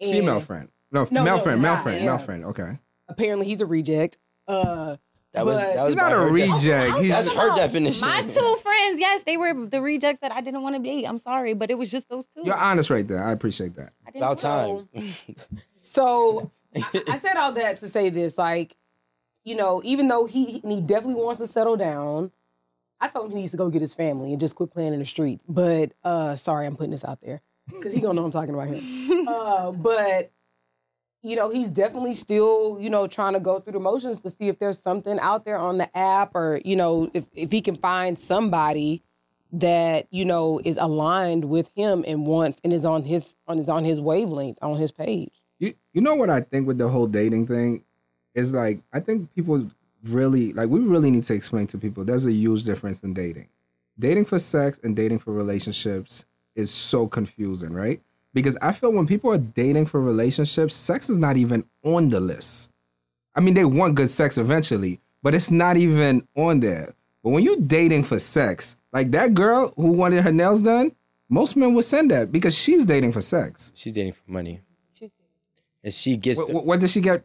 And Female friend. No, No, male no, friend, male guy, friend, yeah. male friend. Okay. Apparently, he's a reject. Uh, That was But- that was He's not a by her def- reject. He's That's her definition. My two friends, yes, they were the rejects that I didn't want to be. I'm sorry, but it was just those two. you're honest right there. I appreciate that. I didn't About know. time. So I, I said all that to say this, like, you know, even though he he definitely wants to settle down, I told him he needs to go get his family and just quit playing in the streets. But uh sorry, I'm putting this out there because he don't know I'm talking about him. Uh, but you know, he's definitely still, you know, trying to go through the motions to see if there's something out there on the app or, you know, if if he can find somebody that you know is aligned with him and wants and is on his on is on his wavelength on his page. You you know what I think with the whole dating thing is like I think people really like we really need to explain to people there's a huge difference in dating. Dating for sex and dating for relationships is so confusing, right? Because I feel when people are dating for relationships, sex is not even on the list. I mean, they want good sex eventually, but it's not even on there. But when you're dating for sex, like that girl who wanted her nails done, most men would send that because she's dating for sex. She's dating for money. And she gets What, the, what, what did she get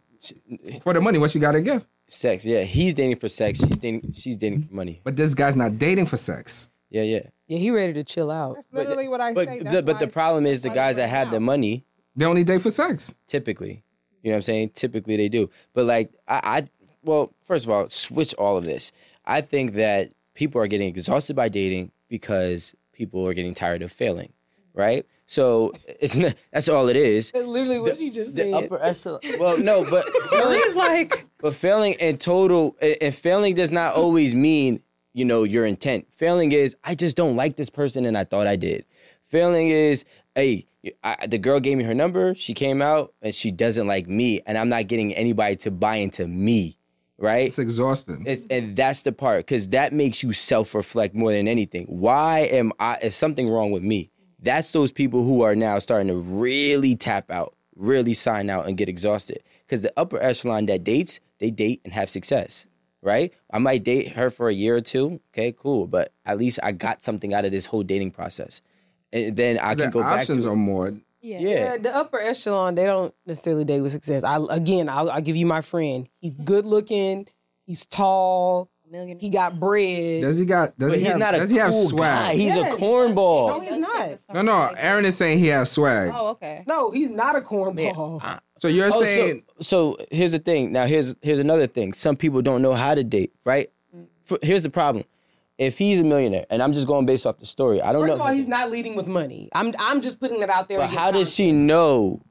for the money? What she got to give? sex. Yeah, he's dating for sex. She's dating. She's dating for money. But this guy's not dating for sex. Yeah, yeah. Yeah, he ready to chill out. That's literally what I But say. the, That's but why the problem is the why they guys that burn have the out. money. They only date for sex. typically. You know what I'm saying? Typically they do. But like I, I well, first of all, switch all of this. I think that people are getting exhausted by dating because people are getting tired of failing, right? So it's not, that's all it is. That's literally what you just said. echelon. Well, no, but failing, It's like but failing in total and and failing does not always mean you know your intent failing is i just don't like this person and i thought i did failing is hey I, the girl gave me her number she came out and she doesn't like me and i'm not getting anybody to buy into me right It's exhausting. it's, and that's the part because that makes you self reflect more than anything. Why am I? Is something wrong with me? That's those people who are now starting to really tap out, really sign out, and get exhausted. Because the upper echelon that dates, they date and have success, right? I might date her for a year or two. Okay, cool. But at least I got something out of this whole dating process. And then I The can go back options to are more. Yeah. yeah. Yeah, the upper echelon, they don't necessarily date with success. I again, I'll, I'll give you my friend. He's good looking. He's tall. A million. He got bread. Does he got? Does But he he's have? not a does he have cool guy. swag? He's Yes. a cornball. No, he's not. No, no. Aaron is saying he has swag. Oh, okay. no, he's not a cornball. Man, So you're Oh, saying so, so here's the thing. Now here's here's another thing. Some people don't know how to date, right? F here's the problem. If he's a millionaire, and I'm just going based off the story, I don't First know. of all, he's not leading with money. I'm I'm just putting that out there. but against how does she know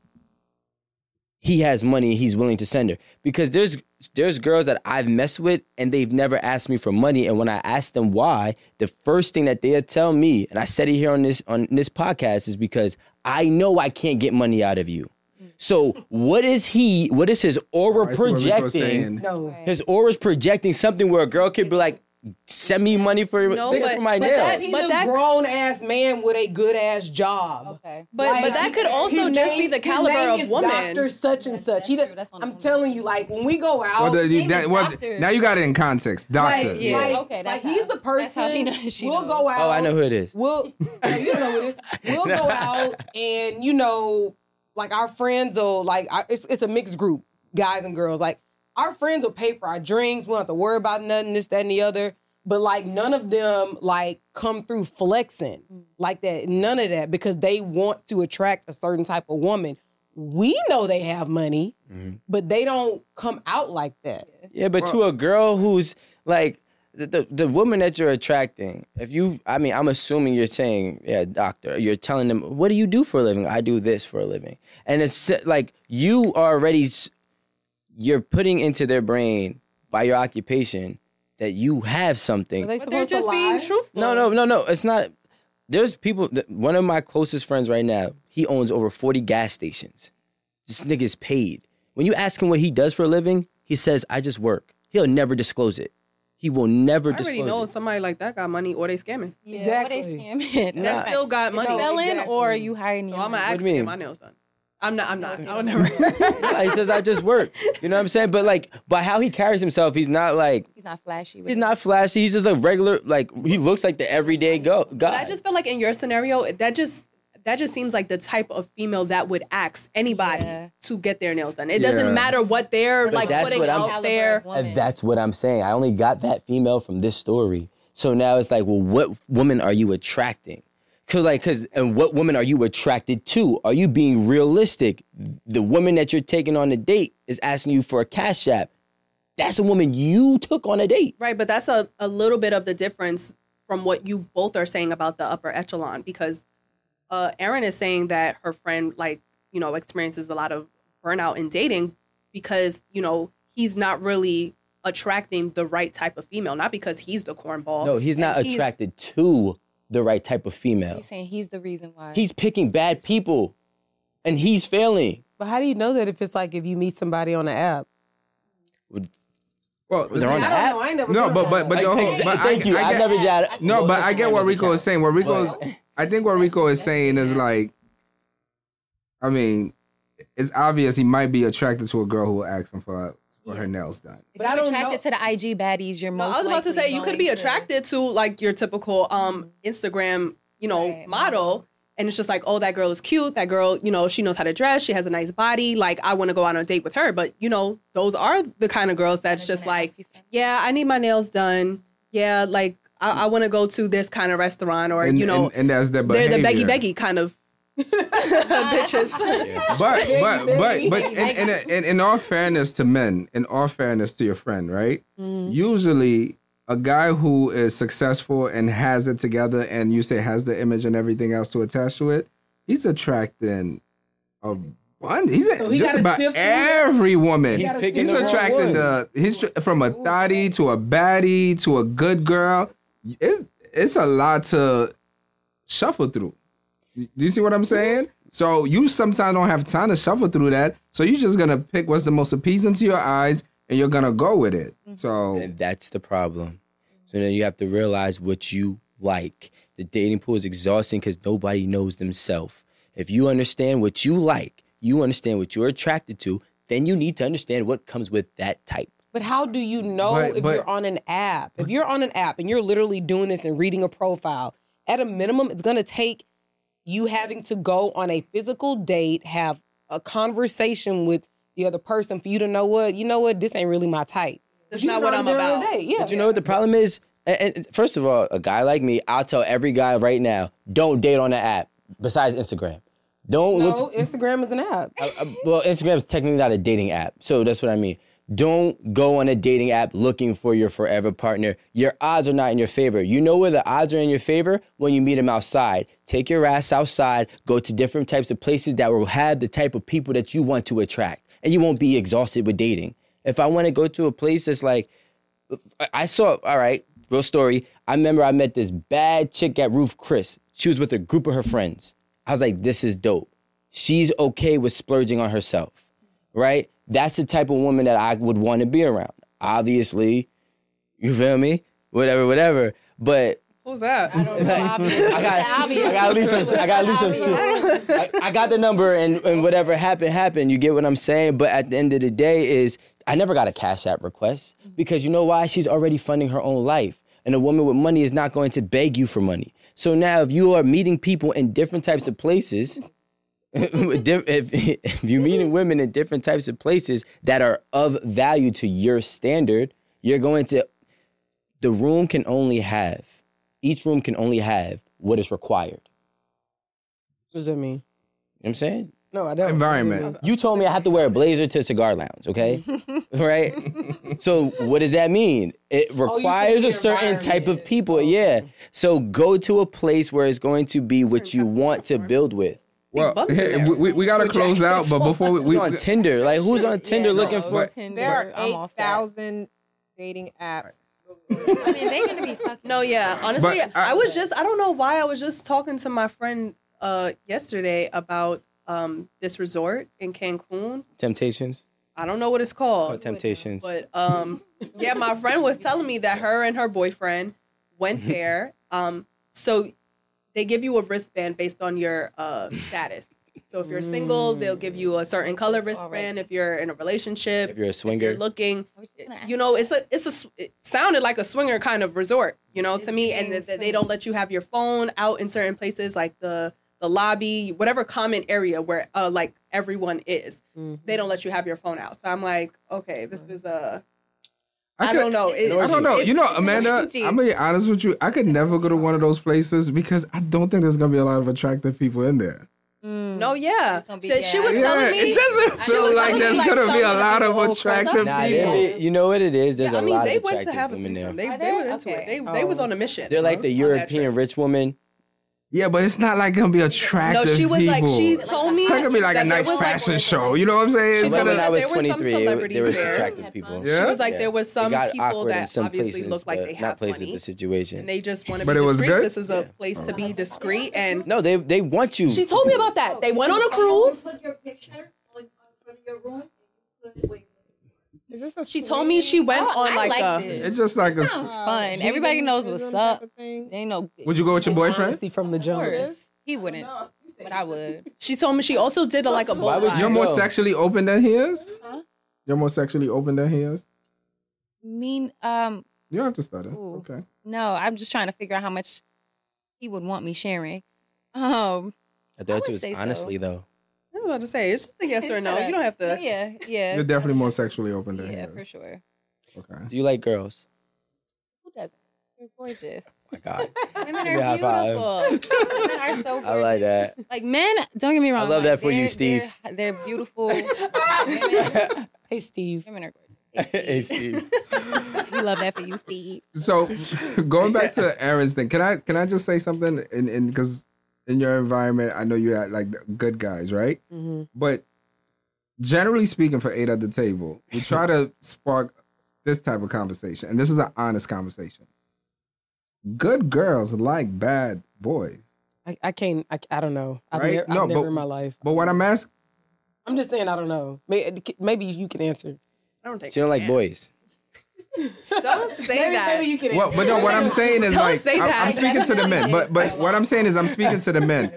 he has money and he's willing to send her? Because there's there's girls that I've messed with and they've never asked me for money. And when I ask them why, the first thing that they tell me, and I said it here on this on this podcast, is because I know I can't get money out of you. So what is he? What is his aura I see what Rico's projecting? saying. No. His aura's projecting something where a girl could be like, "Send me money for, No, for but- my but nails." that- He's but a that- grown ass man with a good ass job. Okay. But but that could also His just name- be the his caliber name of is woman. Doctor such and That's- such. He that's does, true. That's one I'm woman. telling you, like when we go well, out, the, name that, is well, Doctor. now you got it in context, doctor. Right, yeah. like, Okay, like that's he's how- the person. that's how he knows she we'll knows. go out. oh, I know who it is. We'll no, you don't know what it is. We'll go out and you know, like our friends will like I, it's it's a mixed group, guys and girls. Like our friends will pay for our drinks. We don't have to worry about nothing, this, that, and the other. But like none of them like come through flexing Mm. like that. None of that because they want to attract a certain type of woman. We know they have money, Mm-hmm. but they don't come out like that. Yeah, but to a girl who's like the, the the woman that you're attracting, if you, I mean, I'm assuming you're saying, yeah, doctor, you're telling them, what do you do for a living? I do this for a living, and it's like you are already, s- you're putting into their brain by your occupation that you have something. Are they But they're supposed to just lie? being truthful. No, no, no, no. It's not. There's people. th- One of my closest friends right now. He owns over 40 gas stations. This nigga's paid. When you ask him what he does for a living, he says, "I just work." He'll never disclose it. He will never I disclose already know it. somebody like that got money or they scamming. Yeah, Exactly. What they scamming. They That's still got money. Money. So Selling Exactly. or you hiring your I'm gonna own? ask do you to get mean? my nails done. I'm not. I'm not. I would never. Nah, he says, "I just work." You know what I'm saying? But like, by how he carries himself, he's not like He's not flashy. With he's it. not flashy. He's just a regular. Like he looks like the everyday go But I guy. just feel like in your scenario, that just that just seems like the type of female that would ask anybody Yeah. to get their nails done. It Yeah. doesn't matter what they're like that's putting what I'm- out Caliber there. of woman. And that's what I'm saying. I only got that female from this story. So now it's like, well, what woman are you attracting? Cause like, cause and what woman are you attracted to? Are you being realistic? The woman that you're taking on a date is asking you for a cash app. That's a woman you took on a date. Right, but that's a, a little bit of the difference from what you both are saying about the upper echelon because uh Erin is saying that her friend like, you know, experiences a lot of burnout in dating because, you know, he's not really attracting the right type of female, not because he's the cornball. No, he's and not attracted to the right type of female. You're saying he's the reason why. He's picking bad people, and he's failing. But how do you know that if it's like if you meet somebody on the app? Well, They're on the I don't app. know. I ain't never No, been but- on but- the but app. the whole- Ex- but I- thank you. I I, get- never got. No, well, but I listen, get what doesn't Rico is count. saying. What Rico, But- is- I think what Rico is saying is like, I mean, it's obvious he might be attracted to a girl who will ask him for for her nails done. If But I you're don't attracted to the IG baddies, you're No, most. I was about to likely say you could going be to- Mm-hmm. attracted to like your typical um Instagram, you know, Right. model. And it's just like, oh, that girl is cute. That girl, you know, she knows how to dress. She has a nice body. Like, I want to go out on a date with her. But you know, those are the kind of girls that's just Gonna ask like, you for- yeah, I need my nails done. Yeah, like I, I want to go to this kind of restaurant, or And, you know, and, and that's their they're behavior. the beggy beggy kind of bitches. But but but Beggy, but beggy, in, in, beggy. in, in all fairness to men, in all fairness to your friend, right? Mm. Usually, a guy who is successful and has it together, and you say has the image and everything else to attach to it, he's attracting a bunch. He's a, So he just gotta about sift through every woman. He's He's, gotta picking see the the wrong attracting one. the he's tr- from a thotty to a baddie to a good girl. It's it's a lot to shuffle through. Do you see what I'm saying? So you sometimes don't have time to shuffle through that. So you're just gonna pick what's the most appeasing to your eyes, and you're gonna go with Mm-hmm. it. So And that's the problem. So then you have to realize what you like. The dating pool is exhausting because nobody knows themselves. If you understand what you like, you understand what you're attracted to, then you need to understand what comes with that type. But how do you know But- if but- you're on an app? If you're on an app and you're literally doing this and reading a profile, at a minimum, it's going to take you having to go on a physical date, have a conversation with the other person for you to know what, you know what, this ain't really my type. That's You not what know I'm they're on a about. date, Yeah. But you know what the problem is? And, and first of all, a guy like me, I'll tell every guy right now, don't date on the app besides Instagram. Don't look no, Instagram is an app. I- I- well, Instagram is technically not a dating app, so that's what I mean. Don't go on a dating app looking for your forever partner. Your odds are not in your favor. You know where the odds are in your favor when you meet them outside. Take your ass outside, go to different types of places that will have the type of people that you want to attract, and you won't be exhausted with dating. If I want to go to a place that's like, I- I saw, all right, real story. I remember I met this bad chick at Roof Chris. She was with a group of her friends. I was like, this is dope. She's okay with splurging on herself, right? That's the type of woman that I would want to be around. Obviously, you feel me? Whatever, whatever. But Who's that? I don't know. Obviously, I got, obviously. I got to leave some. shit- I got to leave some shit. I, I got the number, and, and whatever happened, happened. You get what I'm saying? But at the end of the day, is I never got a cash app request because you know why? She's already funding her own life, and a woman with money is not going to beg you for money. So now, if you are meeting people in different types of places. with diff- if, if you're meeting women in different types of places that are of value to your standard, you're going to the room can only have each room can only have what is required. What does that mean? You know what I'm saying? No, I don't. Environment. You told me I have to wear a blazer to cigar lounge, okay? right? So what does that mean? Oh, It requires a your certain type of people, yeah. So go to a place where it's going to be what you want to build with. Well, bumps in there. we, we, we gotta close out, but before we, we Who's on Tinder? Like who's on Tinder Yeah, looking no, for Tinder. There are I'm all eight set. thousand dating apps. I mean, they're gonna be fucking. No, yeah. Honestly, But I- I, was just I don't know why I was just talking to my friend uh yesterday about um this resort in Cancun. Temptations? I don't know what it's Oh, called. Temptations. But um yeah, my friend was telling me that her and her boyfriend Mm-hmm. went there. Um so they give you a wristband based on your uh status. So if you're single, they'll give you a certain color That's all right. wristband. If you're in a relationship, If you're a if you're swinger, looking I was just gonna ask you know, it's a it's a s- it sounded like a swinger kind of resort, you know, to It's me. a And that that they swing. don't let you have your phone out in certain places, like the the lobby, whatever common area where uh, like everyone is. Mm-hmm. They don't let you have your phone out. So I'm like, okay, Mm. this is a I, could- don't know. It's- I don't know. it's- You know, it's Amanda, orgy. I'm gonna be honest with you. I could never go to one of those places because I don't think there's gonna be a lot of attractive people in there. Mm. No, yeah. It's gonna be So she was bad. Yeah, telling me. it doesn't she feel was like telling me, there's like, gonna be a some lot of of the old attractive crowds. nah, people. they, you know what it is. There's yeah, I a mean, lot they of went to attractive have a women there. threesome. They, Are they they? were into Okay. it. They, they was Oh. on a mission. They're like the On that trip. European rich woman. Yeah, but it's not like gonna be attractive. No, she was like she people. told me It's not gonna be like that a there nice was, like, fashion show. You know what I'm saying? She It's told me when gonna- I that was there were some 23, it- there was celebrities there. attractive people. Yeah? She was like, there was It some got people awkward in that some obviously places, look like but they not have places, money, but situation. and they just want to But be it was discreet. good? This is a place Oh. to be discreet, and no, they they want you. she told me about that. They went on a cruise. Is this a She told me she went Oh, on I like liked a. it. It's just like a. Sounds fun. Everybody knows what's up. They ain't no. Would you go with your boyfriend? Honesty from the Of jump. course, he wouldn't, but I would. She told me she also did a, like a. Why would bullseye. you You're more go? sexually open than he is. Huh? You're more sexually open than he is. Mean, um, You don't have to stutter. Ooh. Okay. no, I'm just trying to figure out how much he would want me sharing. Um, I I thought would it was say so. honestly though. I was about to say it's just a yes or Shut no. up. You don't have to. yeah, yeah, You're definitely more sexually open than yeah, he for is. sure. Okay. Do you like girls? Who doesn't? They're gorgeous. Oh my God, Women me a high are five. beautiful. Women are so gorgeous. I like that. Like men, don't get me wrong. love that like, for you, they're- Steve. They're, they're beautiful. women, Hey, Steve. women are gorgeous. hey Steve, We love that for you, Steve. So, going back to Aaron's thing, can I can I just say something? In in because in your environment, I know you had like good guys, right? Mhm. But generally speaking, for eight at the table, we try to spark this type of conversation, and this is an honest conversation. Good girls like bad boys, I, I can't, I, I don't know. I've, Right? never, No, I've never but- in my life. but what I'm asking, I'm just saying, I don't know. May- uh, Maybe you can answer. I don't think she don't like boys. Don't say Maybe, that. maybe you can. Well, but no, what I'm saying is Don't like say I'm, that. I'm speaking to the men, but but what I'm saying is I'm speaking to the men.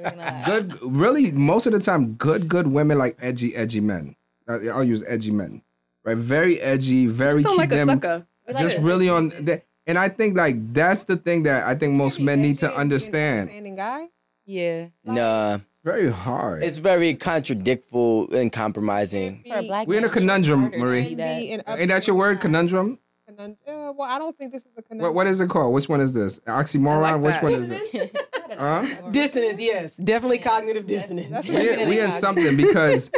Good, really, most of the time, good, good women like edgy, edgy men. I, I'll use edgy men, right? Very edgy, very Sound keep like a them- sucker. Just really on that, and I think like that's the thing that I think most men need to understand. Understanding guy. Yeah. Nah, Very hard. it's very contradictful and compromising. For a black We're in a man, it's conundrum, harder to Marie. do that. Ain't that your word, conundrum? Conundrum. Uh, well, I don't think this is a What conundrum. what is it called? Which one is this? Oxymoron? I like Which that. one is it? Huh? Dissonance, yes, definitely cognitive dissonance. That's what we I'm in, we in Yeah. something because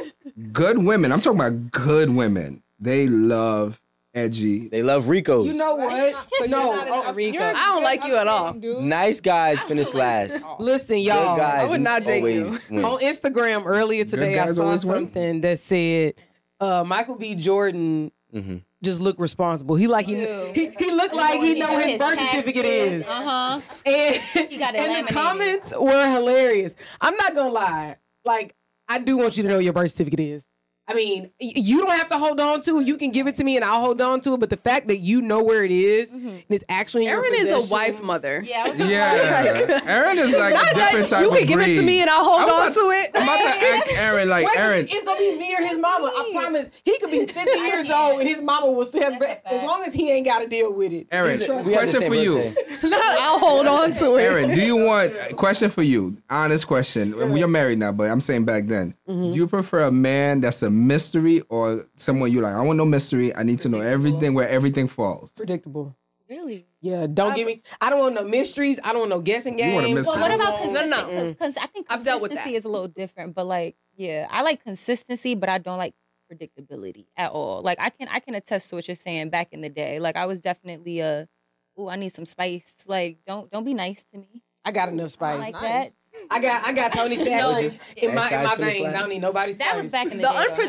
good women. I'm talking about good women. They love edgy. They love Ricos. You know what? So you're no, not an oh, upstanding- you're- I don't like you at all. dude. nice guys finish last. listen, Good y'all. guys would not date you. always win. On Instagram earlier today, I guys saw always win. something that said uh, Michael B. Jordan Mhm. just looked responsible. He like he Ew. he, he looked like he know his birth certificate is. Uh huh. And, He got it and the laminated. comments were hilarious. I'm not gonna lie. Like, I do want you to know your birth certificate is. I mean, y- you don't have to hold on to it. You can give it to me and I'll hold on to it. But the fact that you know where it is Mm-hmm. and it's actually in your Erin is a possession- wife mother. Yeah. I was gonna Yeah, Aaron is like a different type you of can give it to breed. me and I'll hold I'm on about- to it. I'm about to ask Aaron. Like Wait, Aaron, It's gonna be me or his mama. I promise. He could be 50 years old and his mama will still has That's a as fact. long as he ain't got to deal with it. Aaron, We have the question same for you. birthday. I'll hold on to it. Aaron, do you want question for you? Honest question. Well, You're married now, but I'm saying back then. Do you prefer a man that's a mystery or someone you like? I want no mystery. I need to know everything where everything falls. Predictable. Really? Yeah, don't give me. I don't want no mysteries. I don't want no guessing games. You want a mystery. Well, what about No, Mm. no, consistency? no. Because I think I've dealt with consistency that. is a little different. But like, yeah, I like consistency, but I don't like predictability at all. Like, I can I can attest to what you're saying. Back in the day, like I was definitely a, oh, I need some spice. Like, don't don't be nice to me. I got enough I spice. don't like Nice. that. I got I got Tony No. Savage in my Nice in my guys finish veins. I last. don't need nobody's. That was spice. back in the, the day. though. Not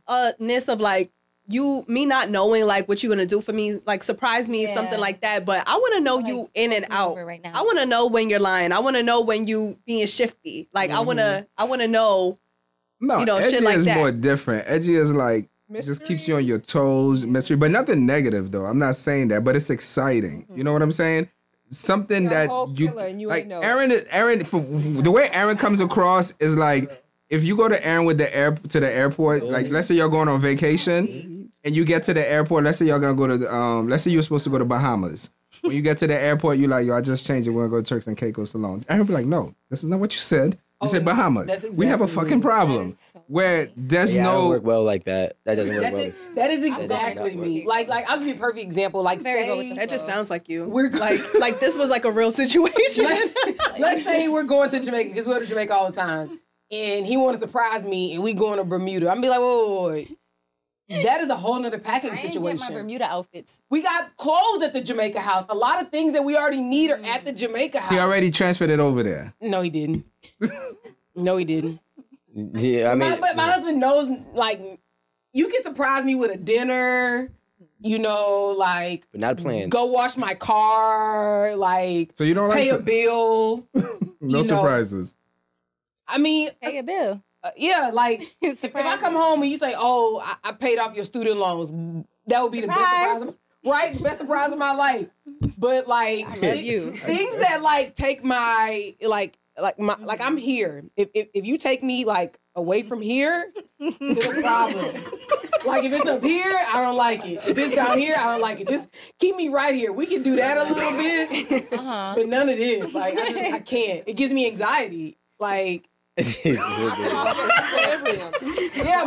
anymore. unpredictableness of like you me not knowing like what you're gonna do for me like surprise me Yeah. something like that but i want to know Like, oh, you in and let's move out over right now. i want to know when you're lying i want to know when you being shifty like i want to Mm-hmm. i want to know No, You know, edgy shit like is that. more different. Edgy is like just keeps you on your toes, mystery, but nothing negative though. I'm not saying that, but it's exciting. You know what I'm saying? Something Mm-hmm. You're a that whole you killer and you like. ain't know it. Aaron, is- Aaron, for, the way Aaron comes across is like if you go to Aaron with the air to the airport. Like let's say you're going on vacation and you get to the airport. Let's say y'all gonna go to the, um. Let's say you're supposed to go to Bahamas. When you get to the airport, you're like, yo, I just changed it. We're gonna go to Turks and Caicos alone. Aaron be like, no, this is not what you said. You Oh, said Bahamas. that's we have a exactly- fucking problem is so where there's Yeah, I don't no work well like that. That doesn't work That's well. it. That is don't exactly know. me. Like like I'll give you a perfect example. Like very good say with the that just Well, sounds like you we're like like this was like a real situation let, let's say we're going to Jamaica because we go to Jamaica all the time, and he want to surprise me, and we going to Bermuda. I'm be like, whoa, whoa, whoa. that is a whole nother packing I didn't situation. get my Bermuda outfits. we got clothes at the Jamaica house. A lot of things that we already need are at the Jamaica house. He already transferred it over there. no, he didn't. no, he didn't. Yeah, I mean, my, but my husband knows like you can surprise me with a dinner you know like but not plans. go wash my car like So you don't like pay a su- bill no you know. surprises. i mean Pay a bill. uh, yeah like if I come home and you say, "Oh, I, I paid off your student loans," that would be Surprise. the best surprise, of- right? Best surprise of my life. But like, love you. things that like take my like like my like I'm here. If if, if you take me like away from here, it's a problem. Like if it's up here, I don't like it. If it's down here, I don't like it. Just keep me right here. We can do that a little bit, Uh-huh. but none of this. Like I just I can't. It gives me anxiety. Like yeah,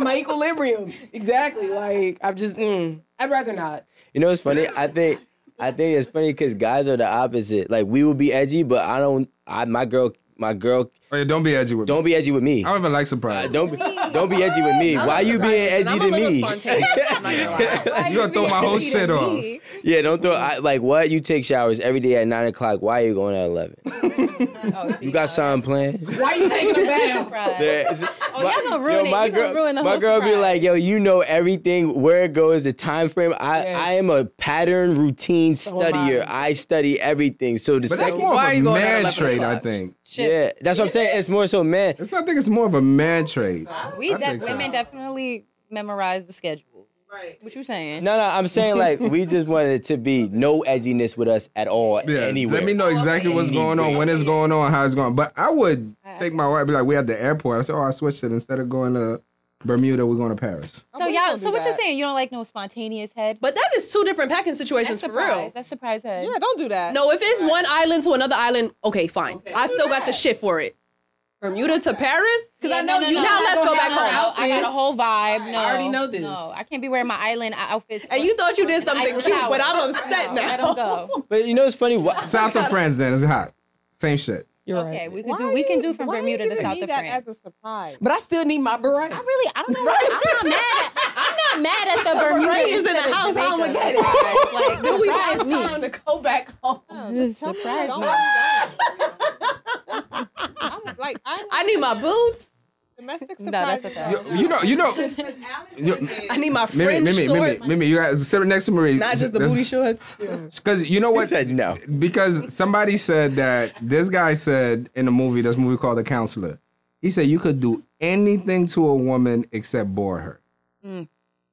my equilibrium. Exactly. Like I'm just, mm, I'd rather not. you know, it's funny. I think I think it's funny because guys are the opposite. Like we will be edgy, but I don't. I my girl, my girl, Oh, yeah, don't be edgy with me. don't be edgy with me. I don't even like Uh, surprises. don't be, don't be edgy with me. Why you being And edgy I'm to a little me? spontaneous, I'm not gonna lie. you gonna throw my whole shit off. Yeah, don't throw. I, like what? You take showers every day at nine o'clock. Why are you going at eleven? Oh, see, You got something planned? Why you taking a bath? Surprise. There is- Oh, y'all gonna ruin it. You gonna ruin the my whole girl be surprise. like, yo, you know everything, where it goes, the time frame. I, Yes. I am a pattern routine am studier. I study everything. So the But that's second, more Why are of you a going at man 11 trait, I o'clock? think. yeah, that's what I'm saying. It's more so man. It's, I think it's more of a man trait. We I de- think so. women definitely memorize the schedule. Right. What you saying? No, no, I'm saying like we just wanted it to be no edginess with us at all. Yeah, anywhere. let me know exactly what's going on, when it's going on, how it's going. But I would take my wife. Be like, we at the airport. I said, oh, I switched it. Instead of going to Bermuda, we're going to Paris. So y'all, so what you saying? You don't like no spontaneous head? But that is two different packing situations that's for real. surprise. That's surprise head. Yeah, don't do that. No, if it's one island to another island, okay, fine. I still got the shit for it. Bermuda to Paris? Because I know you now let's go back home. I got a whole vibe. No, I already know this. No, I can't be wearing my island outfits. And you thought you did something Eiffel cute, Tower. but I'm upset No, now. Let 'em go. But you know it's funny? What South of France, then it's hot. Same shit. You're Okay, right. we can do. We can do from Why are you Bermuda to giving South me of that France. as a surprise. But I still need my beret. I really, I don't know. I'm not mad. At, I'm not mad at the Bermuda. Bermuda is instead in the of house. I don't Jamaica. get Surprise, So Like, we surprise have me. time to go back home. No, Just tell me surprise that. Don't me. do that. I'm like I'm I need my boots. domestic No, that's surprises. a are fact. You, you know, you know. You, I need my Mimi, French Mimi, Mimi, shorts. Mimi, you guys sit next to Marie. Not just the booty shorts. Because you know I what? said no. because somebody said that this guy said in a movie, this movie called The Counselor, he said you could do anything to a woman except bore her. Mm.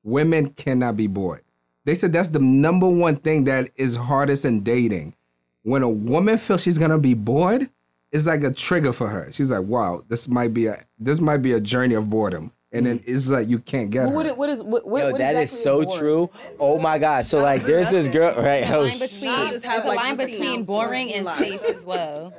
Women cannot be bored. They said that's the number one thing that is hardest in dating. When a woman feels she's gonna be bored, it's like a trigger for her. She's like, "Wow, this might be a this might be a journey of boordom," and then it's like you can't get Mm. What, her. it- what is what, what, Yo, what that is exactly so boring? true. Oh my god. So like there's this girl right oh, Line sh- between, Nah, just there's have, a like, line routine between outfits. boring and Like- safe as well.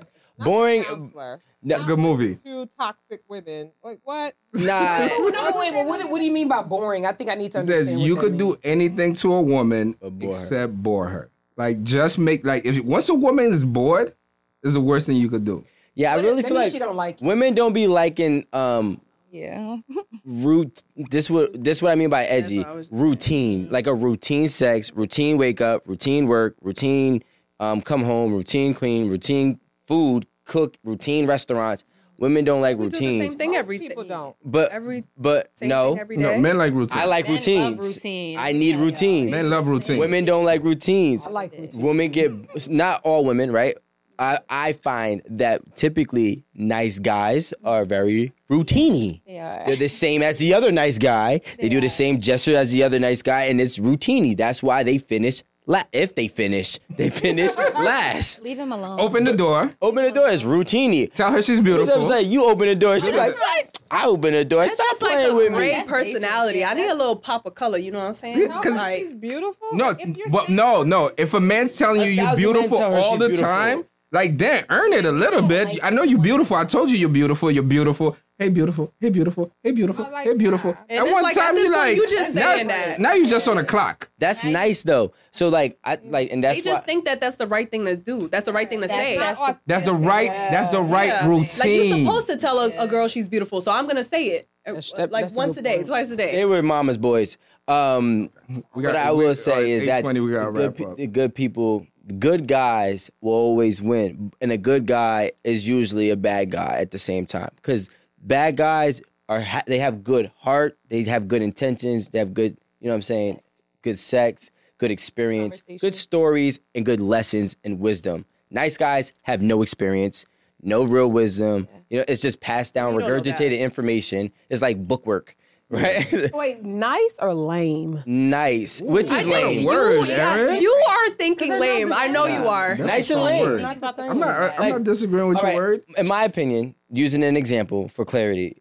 boring counselor. no, Good movie. Two toxic women. Like what? nah No, wait, but what, what do you mean by boring? I think I need to He understand. says what you that could means. do anything to a woman But bore her. except bore her. Like just make like if once a woman is bored, is the worst thing you could do. yeah, I But it- really that feel means like she don't like you. women don't be liking um Yeah. root this what this what I mean by edgy. Routine. Like a routine sex, routine wake up, routine work, routine um come home, routine clean, routine food, cook, routine restaurants. Women don't like We do the routines. same thing Most every people don't. But Every but same no. thing every day. No, men like routine. I like Men love routines. routines. I need Yeah, y'all. routines. men love routine. Women don't like routines. I like routine. Women get not all women, right? I I find that typically nice guys are very routiney. They are. They're the same as the other nice guy. They, do the same gesture as the other nice guy, and it's routiny. That's why they finish. La- if they finish, they finish last. Leave him alone. Open the door. Open the door. It's routiny. Tell her she's Because I beautiful. was like, you open the door. She's like, what? I open the door. Stop That's playing like a with me. great personality. I need a little pop of color. You know what I'm saying? Yeah, 'cause- Like, She's beautiful. no, Like, if you're but saying- no, no. If a man's telling A you you're thousand men beautiful tell her all she's the beautiful. time, like then earn it a little bit. I know you're beautiful. I told you you're beautiful. You're beautiful. Hey beautiful. Hey beautiful. Hey beautiful. I like hey beautiful. that. And it's like, at this point, you just now, saying that. Now you just on a clock. That's nice though. So like I like and that's they just why, think that that's the right thing to do. That's the right thing to That's say. not Not authentic. That's the right. That's the right Yeah. routine. Like you're supposed to tell a, a girl she's beautiful, so I'm gonna say it uh, That's- that- like that's a once good a day, point. twice a they day. were mama's boys. Um We what got- I we- will all right, say is that 8:20, we gotta the good, wrap up. pe- the good people, the good guys will always win. And a good guy is usually a bad guy at the same time. Because bad guys are ha- they have good heart, they have good intentions, they have good, you know what I'm saying, good sex, good experience, good stories, and good lessons and wisdom. Nice guys have no experience. No real wisdom. You know, it's just passed down, regurgitated information. It's like bookwork, right? Wait, nice or lame? nice, which is I know. lame. Words, Aaron. You are thinking They're not lame. the I same. know you are. That's Nice a and strong lame. word. Not the same. I'm not. I- I'm Like- not disagreeing with All your right, word. In my opinion, using an example for clarity,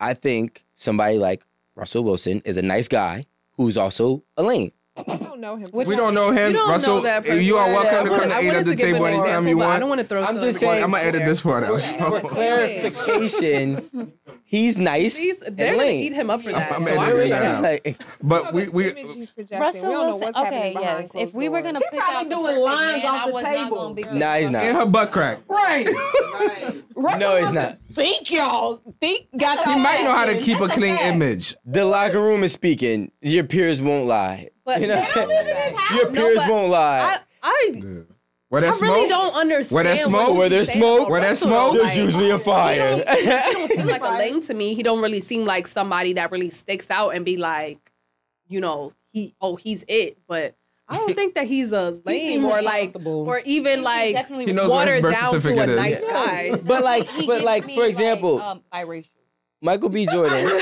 I think somebody like Russell Wilson is a nice guy who's also a lame. I don't know him. We don't know him, You don't Russell. know that person. you are welcome Yeah, to come I to eight at the table an anytime example, you but I want. don't want to throw. I'm some just other saying- I'm gonna edit this part out. For clarification, he's nice These, they're and gonna lame. eat him up for that. I'm so editing I'm that shut out. up. Like, but we we Image he's projecting. Russell we don't know Wilson. what's Okay, happening behind yes. closed If we were doors. gonna pick probably out doing the perfect lines man, off I the was not table. gonna be good. nah, he's in not. her butt crack. Right. No, he's not. Think y'all think got He your might know how to back. keep a That's a clean fact. image. The locker room is speaking. Your peers won't lie. But You know they what don't I'm saying? live in his house. Your No, peers but won't I, lie. I, Where I there's really smoke, don't understand. Where there's smoke- Where there's smoke- where there's smoke- Oh There's usually a fire. seem like a lame to me. He don't really seem like somebody that really sticks out and be like, you know, he oh he's it. But I don't think that he's a lame or like responsible. or even like definitely He knows where his watered birth down to a certificate is. nice guy. but like, He but gets like, me, for example, um, biracial. Michael B. Jordan.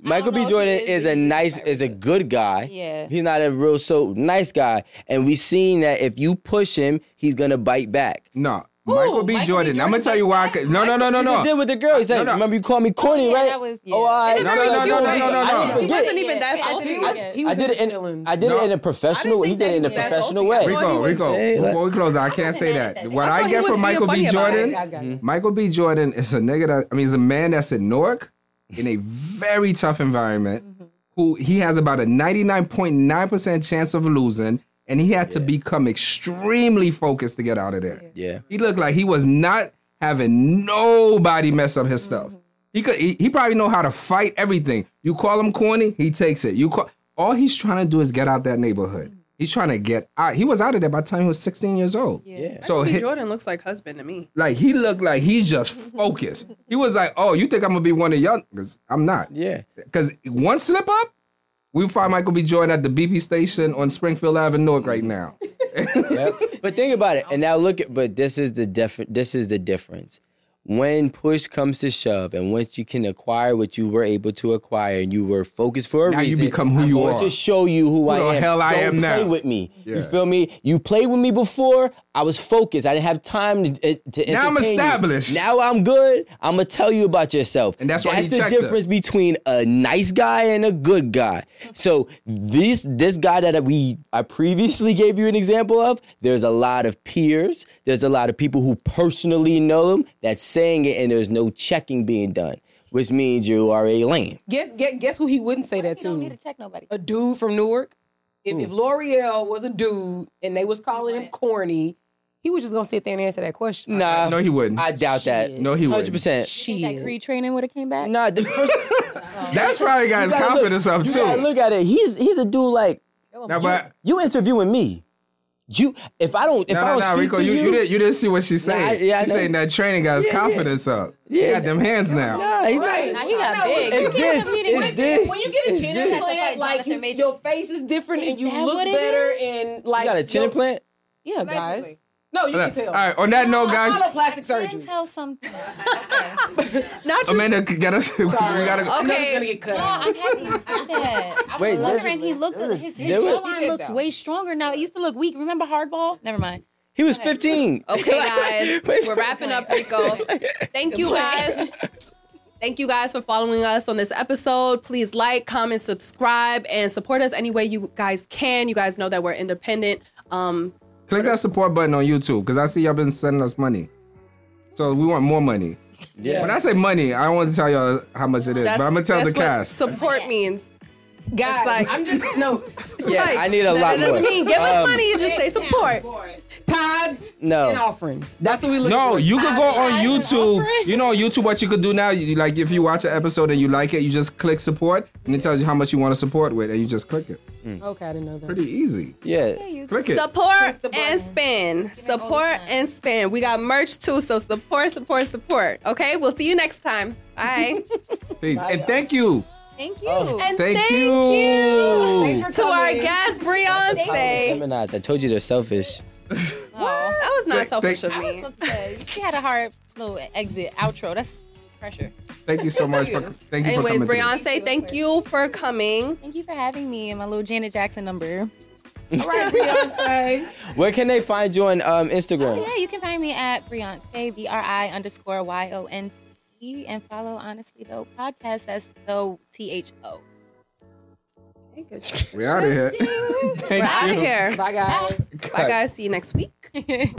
Michael know B. if Jordan he is, is, a but he's nice, very is a good. good guy. Yeah. He's not a real so nice guy, and we seen that if you push him, he's gonna bite back. No, Who? Michael B. Michael B. Jordan. I'm gonna Jordan tell you why. I does that? could, no, no, no, no, He did no. with the girl. He said, No, no. "Remember you called me corny, yeah, right?" that was- yeah. Oh, all right. No, no, no, no, no, no, I no. didn't He forget. wasn't even that Yeah, I salty. didn't forget. He I was did it in in. feelings. I did No. it in a professional. He think did that it in a he was that professional salty. way. I thought Rico, he was- Say, Rico. like- Before we close, I I can't wasn't say mad at that. that. What I I thought he get was from being Michael B. funny about it. Jordan, Guys, guys. Mm-hmm. Michael B. Jordan is a nigga that I mean, he's a man that's in Newark in a very tough environment. Mm-hmm. Who he has about a ninety nine point nine percent chance of losing, and he had to become extremely focused to get out of there. Yeah. He looked like he was not having nobody mess up his stuff. Mm-hmm. He could. He, he probably know how to fight everything. You call him corny, he takes it. You call. All he's trying to do is get out that Mm-hmm. neighborhood. He's trying to get out. He was out of there by the time he was 16 years old. Yeah. So B. he, Jordan looks like husband to me. like he looked like he's just focused. He was like, "Oh, you think I'm gonna be one of y'all? Because I'm not. Yeah. Because one slip up, we find Michael B. Jordan at the BP station on Springfield Avenue Newark right Mm-hmm. now. Yep. but think about it, and now look at. But this is the def- This is the difference. When push comes to shove, and once you can acquire what you were able to acquire, and you were focused for a Now you reason, become who I'm you going are. To show you who, I the am. hell I Don't am play now. with me. You Yeah. feel me? You played with me before. I was focused. I didn't have time to, eh, to Now I'm entertain you. established. Now "Oh, I'm good. I'm gonna tell you about yourself. And that's why he the checked her. difference between a nice guy and a good guy. So this this guy that we I previously gave you an example of, there's a lot of peers, there's a lot of people who personally know him that's saying it, and there's no checking being done, which means you are a lame. Guess, guess, guess who he wouldn't say that You don't need to? to check nobody. A dude from Newark. If, if L'Oreal was a dude and they was calling him corny, he was just gonna sit there and answer that question. Nah, no, he wouldn't. I doubt that. no, he hundred wouldn't. percent. You think that Shit. Creed training would have came back. Nah, the first That's probably got his you gotta confidence look, up you gotta too. look at it. He's he's a dude like Now, but you interviewing me. You if I don't if no, I no, don't no, speak Rico, to you, you, didn't, you didn't see what she said. I- yeah, I She's know. saying that training got his Yeah, yeah. confidence up. Yeah. He got them hands now. Nah, he's not- Nah, he got It's big. You can't this, compete with it's him. this, When you get a it's chin this. implant, Plant, like like you, Jonathan Major. your face is different Is and you that look what it better is? and like You got a chin your- implant? Yeah, guys. Allegedly. No, you All can tell. right, on that note, I guys, follow plastic I surgery. can tell something. Okay. Not you. Amanda, get us. we gotta go. I know it's Okay. gonna get cut. No, out. I'm happy you said that. I was Wait, wondering. He looked his his There was- jawline looks way stronger now. It used to look weak. Remember hardball? Never mind. He was 15. Okay, guys, we're wrapping up, Rico. Thank you, guys. Thank you guys for following us on this episode. Please like, comment, subscribe, and support us any way you guys can. You guys know that we're independent. Um, Click that support button on YouTube because I see y'all been sending us money. So we want more money. Yeah. When I say money, I don't want to tell y'all how much it is, that's but I'm gonna tell the that's what cast. support means. Guys, like- I'm just no. yeah, Like, I need a that- lot That doesn't more. mean give us Um, money. You just say support. Tides and No. offering. That's what we look Oh. No, for. you could go on Advertising YouTube. offers. You know, on YouTube, what you could do now, you, like if you watch an episode and you like it, you just click support and it tells you how much you want to support with, and you just click it. Okay, I didn't know that. Pretty easy. Yeah. Click it. Support and spin. Support and spin. We got merch too, so support, support, support. Okay, we'll see you next time. Bye. Peace. And thank you. Thank you. and Thank, thank you. Thanks for to our coming. guest Beyonce. Feminized. I told you they're selfish. Oh. That was not Thank- selfish thank- of me. she had a hard little exit outro. That's pressure. Thank you so much. For, thank you Anyways, for coming. through. Beyonce, thank you for coming. Thank you for having me and my little Janet Jackson number. All right, Beyonce. Where can they find you on um, Instagram? Oh, Yeah, you can find me at Beyonce B R I underscore Y O N C E, and follow Honestly Though podcast. That's though T H O. We out of here. We're Thank out of you. here. Bye, guys. Bye, guys. See you next week.